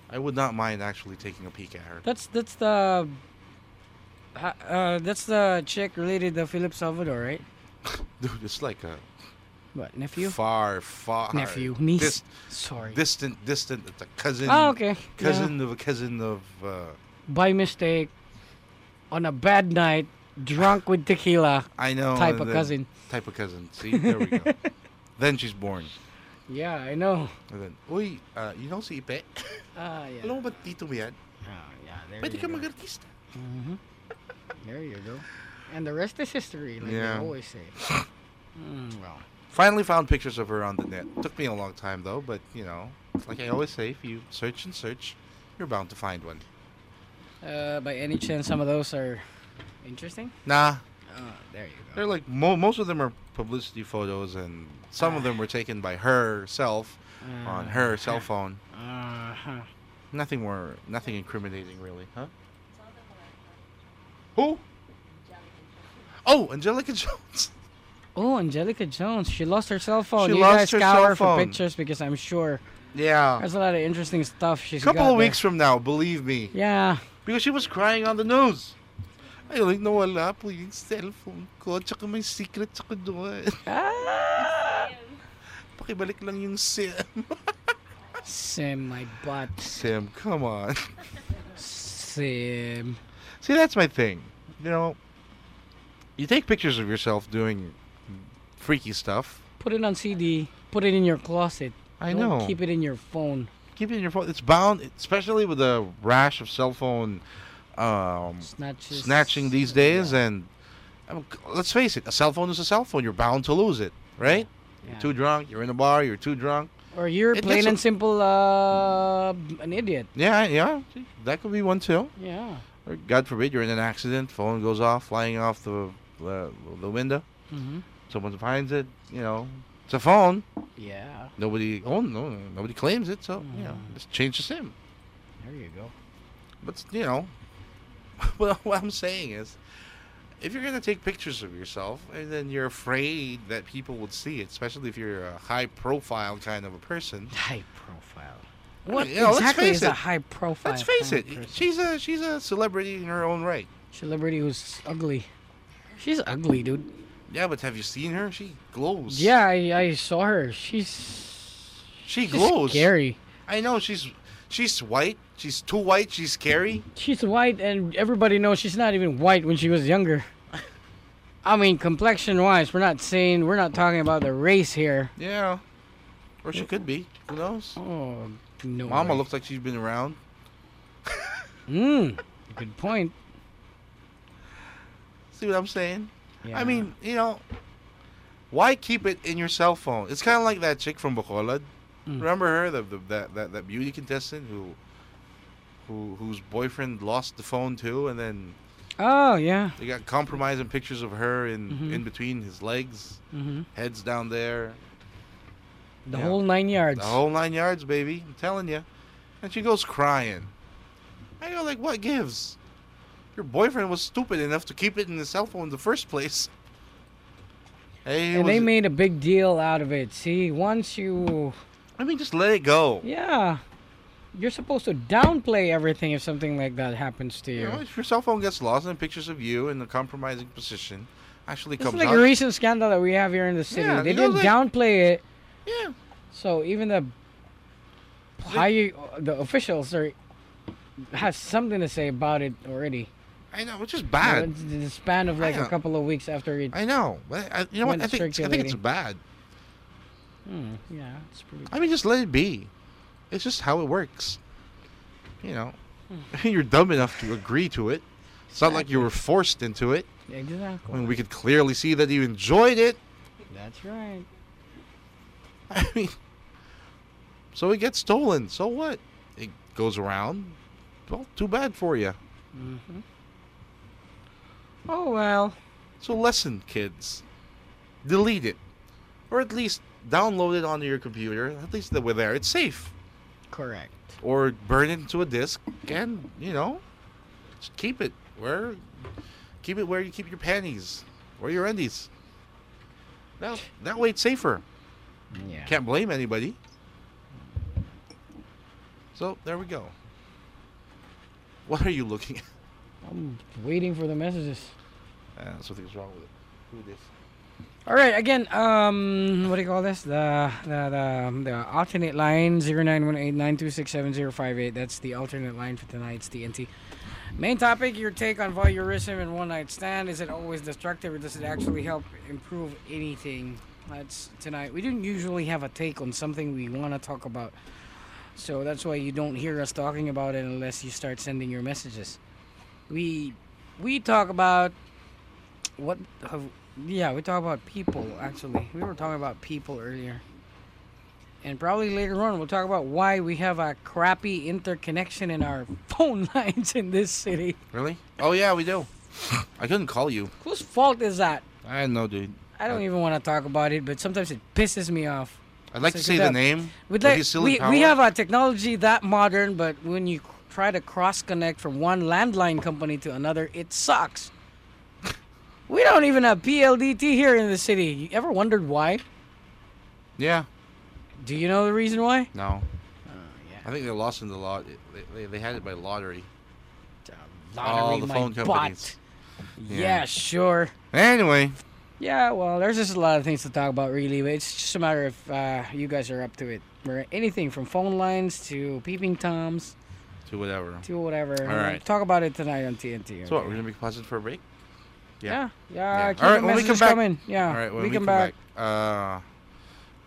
[SPEAKER 1] I would not mind actually taking a peek at her.
[SPEAKER 3] That's that's the. ha- Uh, that's the chick related to Philip Salvador, right?
[SPEAKER 1] Dude, it's like a
[SPEAKER 3] What nephew?
[SPEAKER 1] Far, far.
[SPEAKER 3] nephew, niece.
[SPEAKER 1] Dis-
[SPEAKER 3] Sorry.
[SPEAKER 1] distant, distant. It's a cousin.
[SPEAKER 3] oh, okay. Yeah.
[SPEAKER 1] Cousin of a cousin of. Uh,
[SPEAKER 3] By mistake, on a bad night, drunk with tequila,
[SPEAKER 1] I know.
[SPEAKER 3] type
[SPEAKER 1] and
[SPEAKER 3] of
[SPEAKER 1] then-
[SPEAKER 3] cousin.
[SPEAKER 1] Type of cousin. See, there we go. then she's born.
[SPEAKER 3] Yeah, I know.
[SPEAKER 1] And then, uy, uh, you know si Ipe?
[SPEAKER 3] Ah, yeah.
[SPEAKER 1] Alam mo ba dito mo yan?
[SPEAKER 3] Ah, yeah. There
[SPEAKER 1] Pwede
[SPEAKER 3] you
[SPEAKER 1] ka
[SPEAKER 3] go.
[SPEAKER 1] mag-artista.
[SPEAKER 3] hmm There you go. And the rest is history, like
[SPEAKER 1] Yeah.
[SPEAKER 3] they always say. Mm, well,
[SPEAKER 1] Finally found pictures of her on the net. Took me a long time though, but you know, like I always say, if you search and search, you're bound to find one.
[SPEAKER 3] uh, by any chance, some of those are interesting?
[SPEAKER 1] Nah,
[SPEAKER 3] Oh, there you
[SPEAKER 1] they're like mo- most of them are publicity photos, and some of them were taken by herself
[SPEAKER 3] Uh,
[SPEAKER 1] on her cell phone.
[SPEAKER 3] Uh-huh.
[SPEAKER 1] Nothing more, nothing incriminating really, huh? Who? Oh, Angelica Jones.
[SPEAKER 3] Oh, Angelica Jones. She lost her cell phone.
[SPEAKER 1] She
[SPEAKER 3] you
[SPEAKER 1] lost
[SPEAKER 3] guys
[SPEAKER 1] her
[SPEAKER 3] scour
[SPEAKER 1] cell
[SPEAKER 3] for
[SPEAKER 1] phone.
[SPEAKER 3] pictures because I'm sure
[SPEAKER 1] yeah.
[SPEAKER 3] there's a lot of interesting stuff she's
[SPEAKER 1] A couple
[SPEAKER 3] got
[SPEAKER 1] of
[SPEAKER 3] there.
[SPEAKER 1] weeks from now, believe me,
[SPEAKER 3] Yeah.
[SPEAKER 1] because she was crying on the news. Ay, like, nawala po yung cellphone ko, tsaka may secret ako doon.
[SPEAKER 3] Ah!
[SPEAKER 1] Pakibalik lang yung Sim.
[SPEAKER 3] Sim, my butt.
[SPEAKER 1] Sim, come on.
[SPEAKER 3] Sim.
[SPEAKER 1] See, that's my thing. You know, you take pictures of yourself doing freaky stuff.
[SPEAKER 3] Put it on CD. Put it in your closet.
[SPEAKER 1] I
[SPEAKER 3] Don't
[SPEAKER 1] know.
[SPEAKER 3] Keep it in your phone.
[SPEAKER 1] Keep it in your phone. It's bound, especially with the rash of cell phone um,
[SPEAKER 3] Snatches.
[SPEAKER 1] snatching these days. And I mean, c- let's face it, a cell phone is a cell phone. You're bound to lose it, right?
[SPEAKER 3] Yeah.
[SPEAKER 1] You're too drunk. You're in a bar. You're too drunk.
[SPEAKER 3] Or you're
[SPEAKER 1] It
[SPEAKER 3] plain
[SPEAKER 1] looks-
[SPEAKER 3] and simple uh, an idiot.
[SPEAKER 1] Yeah, yeah. That could be one too.
[SPEAKER 3] Yeah.
[SPEAKER 1] Or God forbid you're in an accident. Phone goes off, flying off the the, the window.
[SPEAKER 3] hmm
[SPEAKER 1] someone finds it, you know, it's a phone.
[SPEAKER 3] Yeah.
[SPEAKER 1] Nobody own, no, nobody claims it, so you know,
[SPEAKER 3] Mm.
[SPEAKER 1] just change the sim.
[SPEAKER 3] There you go.
[SPEAKER 1] But you know, well, what I'm saying is, if you're gonna take pictures of yourself and then you're afraid that people would see it, especially if you're a high-profile kind of a person,
[SPEAKER 3] High profile. What
[SPEAKER 1] you know, let's
[SPEAKER 3] exactly
[SPEAKER 1] face
[SPEAKER 3] is a
[SPEAKER 1] it.
[SPEAKER 3] high profile?
[SPEAKER 1] let's face
[SPEAKER 3] kind
[SPEAKER 1] it,
[SPEAKER 3] of person?
[SPEAKER 1] she's a she's a celebrity in her own right.
[SPEAKER 3] Celebrity who's ugly. She's ugly, dude.
[SPEAKER 1] Yeah, but have you seen her? She glows.
[SPEAKER 3] Yeah, I, I saw her. She's
[SPEAKER 1] she
[SPEAKER 3] she's
[SPEAKER 1] glows.
[SPEAKER 3] scary.
[SPEAKER 1] I know she's she's white. She's too white. She's scary.
[SPEAKER 3] She's white, and everybody knows she's not even white when she was younger. I mean, complexion-wise, we're not saying we're not talking about the race here.
[SPEAKER 1] Yeah, or she could be. Who knows?
[SPEAKER 3] Oh no.
[SPEAKER 1] Mama
[SPEAKER 3] way.
[SPEAKER 1] looks like she's been around.
[SPEAKER 3] Mm, good point.
[SPEAKER 1] See what I'm saying?
[SPEAKER 3] Yeah.
[SPEAKER 1] I mean, you know, why keep it in your cell phone? It's kind of like that chick from Bacolod.
[SPEAKER 3] Mm.
[SPEAKER 1] Remember her, the, the that, that that beauty contestant who who whose boyfriend lost the phone too, and then
[SPEAKER 3] Oh yeah.
[SPEAKER 1] they got compromising pictures of her in
[SPEAKER 3] Mhm.
[SPEAKER 1] in between his legs,
[SPEAKER 3] hmm
[SPEAKER 1] heads down there,
[SPEAKER 3] The
[SPEAKER 1] Yeah.
[SPEAKER 3] whole nine yards.
[SPEAKER 1] the whole nine yards, baby. I'm telling you. And she goes crying. I go like, what gives? Your boyfriend was stupid enough to keep it in his cell phone in the first place. Hey,
[SPEAKER 3] and they made a big deal out of it. See, once you,
[SPEAKER 1] I mean, just let it go.
[SPEAKER 3] yeah, you're supposed to downplay everything if something like that happens to you.
[SPEAKER 1] You know, if your cell phone gets lost and pictures of you in a compromising position actually
[SPEAKER 3] This is
[SPEAKER 1] comes
[SPEAKER 3] like
[SPEAKER 1] out,
[SPEAKER 3] a recent scandal that we have here in the city.
[SPEAKER 1] Yeah,
[SPEAKER 3] they
[SPEAKER 1] it
[SPEAKER 3] didn't
[SPEAKER 1] was like-
[SPEAKER 3] downplay it,
[SPEAKER 1] yeah,
[SPEAKER 3] so even the high uh, the officials are has something to say about it already.
[SPEAKER 1] I know, which is
[SPEAKER 3] You know,
[SPEAKER 1] bad.
[SPEAKER 3] it's in the span of like a
[SPEAKER 1] Yeah.
[SPEAKER 3] couple of weeks after it.
[SPEAKER 1] I know. But I, you know
[SPEAKER 3] When
[SPEAKER 1] what? I
[SPEAKER 3] it's
[SPEAKER 1] think I think it's
[SPEAKER 3] circulating.
[SPEAKER 1] bad.
[SPEAKER 3] Hmm, yeah, it's pretty.
[SPEAKER 1] I mean, just let it be. It's just how it works. You know,
[SPEAKER 3] Hmm.
[SPEAKER 1] you're dumb enough to agree to it. It's not like you were forced into it. I
[SPEAKER 3] Exactly.
[SPEAKER 1] mean, we could clearly see that you enjoyed it.
[SPEAKER 3] That's right.
[SPEAKER 1] I mean, so it gets stolen. So what? It goes around. Well, too bad for you.
[SPEAKER 3] hmm Oh well.
[SPEAKER 1] So lesson, kids. Delete it, or at least download it onto your computer. At least that we're there. It's safe.
[SPEAKER 3] Correct.
[SPEAKER 1] or burn it into a disc and you know just keep it where keep it where you keep your panties or your undies that, that way it's safer
[SPEAKER 3] Yeah.
[SPEAKER 1] can't blame anybody so there we go what are you looking at
[SPEAKER 3] I'm waiting for the messages.
[SPEAKER 1] uh, something's wrong with it who this
[SPEAKER 3] All right, again, um, what do you call this? The the the, the alternate line zero nine one eight nine two six seven zero five eight. That's the alternate line for tonight's TNT. Main topic: Your take on voyeurism and one night stand. Is it always destructive, or does it actually help improve anything? That's tonight. We didn't usually have a take on something we want to talk about, so that's why you don't hear us talking about it unless you start sending your messages. We we talk about what have, yeah, we talk about people actually. We were talking about people earlier. And probably later on we'll talk about why we have a crappy interconnection in our phone lines in this city.
[SPEAKER 1] Really? Oh yeah, we do. I couldn't call you.
[SPEAKER 3] Whose fault is that?
[SPEAKER 1] I know, dude.
[SPEAKER 3] I don't
[SPEAKER 1] Uh,
[SPEAKER 3] even want to talk about it, but sometimes it pisses me off.
[SPEAKER 1] I'd like to
[SPEAKER 3] So you
[SPEAKER 1] say
[SPEAKER 3] could
[SPEAKER 1] the
[SPEAKER 3] have-
[SPEAKER 1] name.
[SPEAKER 3] We'd
[SPEAKER 1] but
[SPEAKER 3] like,
[SPEAKER 1] he's silly
[SPEAKER 3] we, we
[SPEAKER 1] power.
[SPEAKER 3] have a technology that modern, but when you c- try to cross connect from one landline company to another, it sucks. we don't even have PLDT here in the city. You ever wondered why?
[SPEAKER 1] Yeah.
[SPEAKER 3] Do you know the reason why?
[SPEAKER 1] No.
[SPEAKER 3] yeah.
[SPEAKER 1] I think they lost in the lot. They, they, they had it by lottery. um,
[SPEAKER 3] Lottery
[SPEAKER 1] the
[SPEAKER 3] my
[SPEAKER 1] phone companies.
[SPEAKER 3] butt.
[SPEAKER 1] Yeah.
[SPEAKER 3] Yeah. sure.
[SPEAKER 1] Anyway,
[SPEAKER 3] Yeah, well, there's just a lot of things to talk about, really, but it's just a matter of uh, you guys are up to it. Or anything from phone lines to peeping toms
[SPEAKER 1] to whatever.
[SPEAKER 3] to whatever. All
[SPEAKER 1] right.
[SPEAKER 3] Talk about it tonight on TNT.
[SPEAKER 1] So what? We're gonna be pausing for a break.
[SPEAKER 3] Yeah.
[SPEAKER 1] Yeah.
[SPEAKER 3] Yeah.
[SPEAKER 1] Yeah.
[SPEAKER 3] Keep
[SPEAKER 1] All right,
[SPEAKER 3] the
[SPEAKER 1] when we come
[SPEAKER 3] messages
[SPEAKER 1] back-
[SPEAKER 3] coming. Yeah.
[SPEAKER 1] All right. When
[SPEAKER 3] we, come back.
[SPEAKER 1] Uh,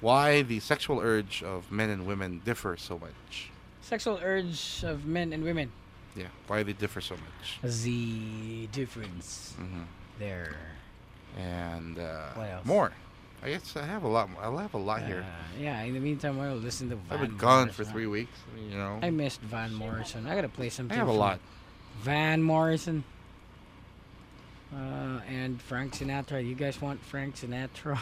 [SPEAKER 1] why the sexual urge of men and women differ so much?
[SPEAKER 3] Sexual urge of men and women.
[SPEAKER 1] Yeah. Why they differ so much?
[SPEAKER 3] The difference
[SPEAKER 1] hmm
[SPEAKER 3] there.
[SPEAKER 1] And uh,
[SPEAKER 3] What else?
[SPEAKER 1] more. I guess I have a lot. I have a lot here.
[SPEAKER 3] Uh, yeah. In the meantime, I'll listen to. Van
[SPEAKER 1] I've been gone for
[SPEAKER 3] Morrison.
[SPEAKER 1] three weeks. You know.
[SPEAKER 3] I missed Van Morrison. I gotta play
[SPEAKER 1] I
[SPEAKER 3] something.
[SPEAKER 1] have a
[SPEAKER 3] from
[SPEAKER 1] lot.
[SPEAKER 3] Van Morrison. Uh, and Frank Sinatra. You guys want Frank Sinatra? Let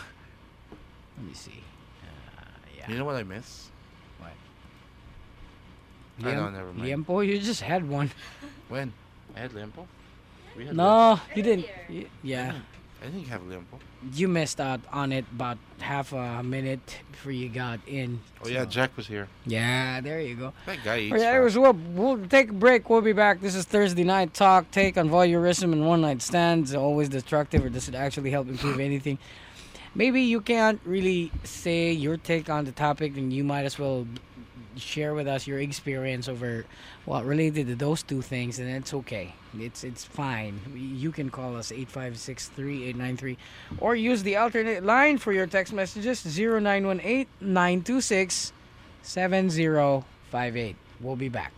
[SPEAKER 3] me see. Uh, yeah.
[SPEAKER 1] You know what I miss?
[SPEAKER 3] What?
[SPEAKER 1] I know, Oh, never mind.
[SPEAKER 3] Liempo, you just had one.
[SPEAKER 1] When? I had Limpo. We had Limpo.
[SPEAKER 3] No, you didn't.
[SPEAKER 2] Earlier.
[SPEAKER 3] Y- Yeah.
[SPEAKER 1] I didn't have Limpo.
[SPEAKER 3] you missed out on it about half a minute before you got in.
[SPEAKER 1] Oh yeah,
[SPEAKER 3] so-
[SPEAKER 1] Jack was here.
[SPEAKER 3] yeah, there you go.
[SPEAKER 1] That guy eats.
[SPEAKER 3] All right, anyways,
[SPEAKER 1] fast.
[SPEAKER 3] we'll, we'll take a break. We'll be back. This is Thursday Night Talk, take on voyeurism and one night stands. Always destructive, or does it actually help improve anything? Maybe you can't really say your take on the topic, and you might as well share with us your experience over well related to those two things and it's okay it's it's fine you can call us 856-3893 or use the alternate line for your text messages 0918-926-7058 we'll be back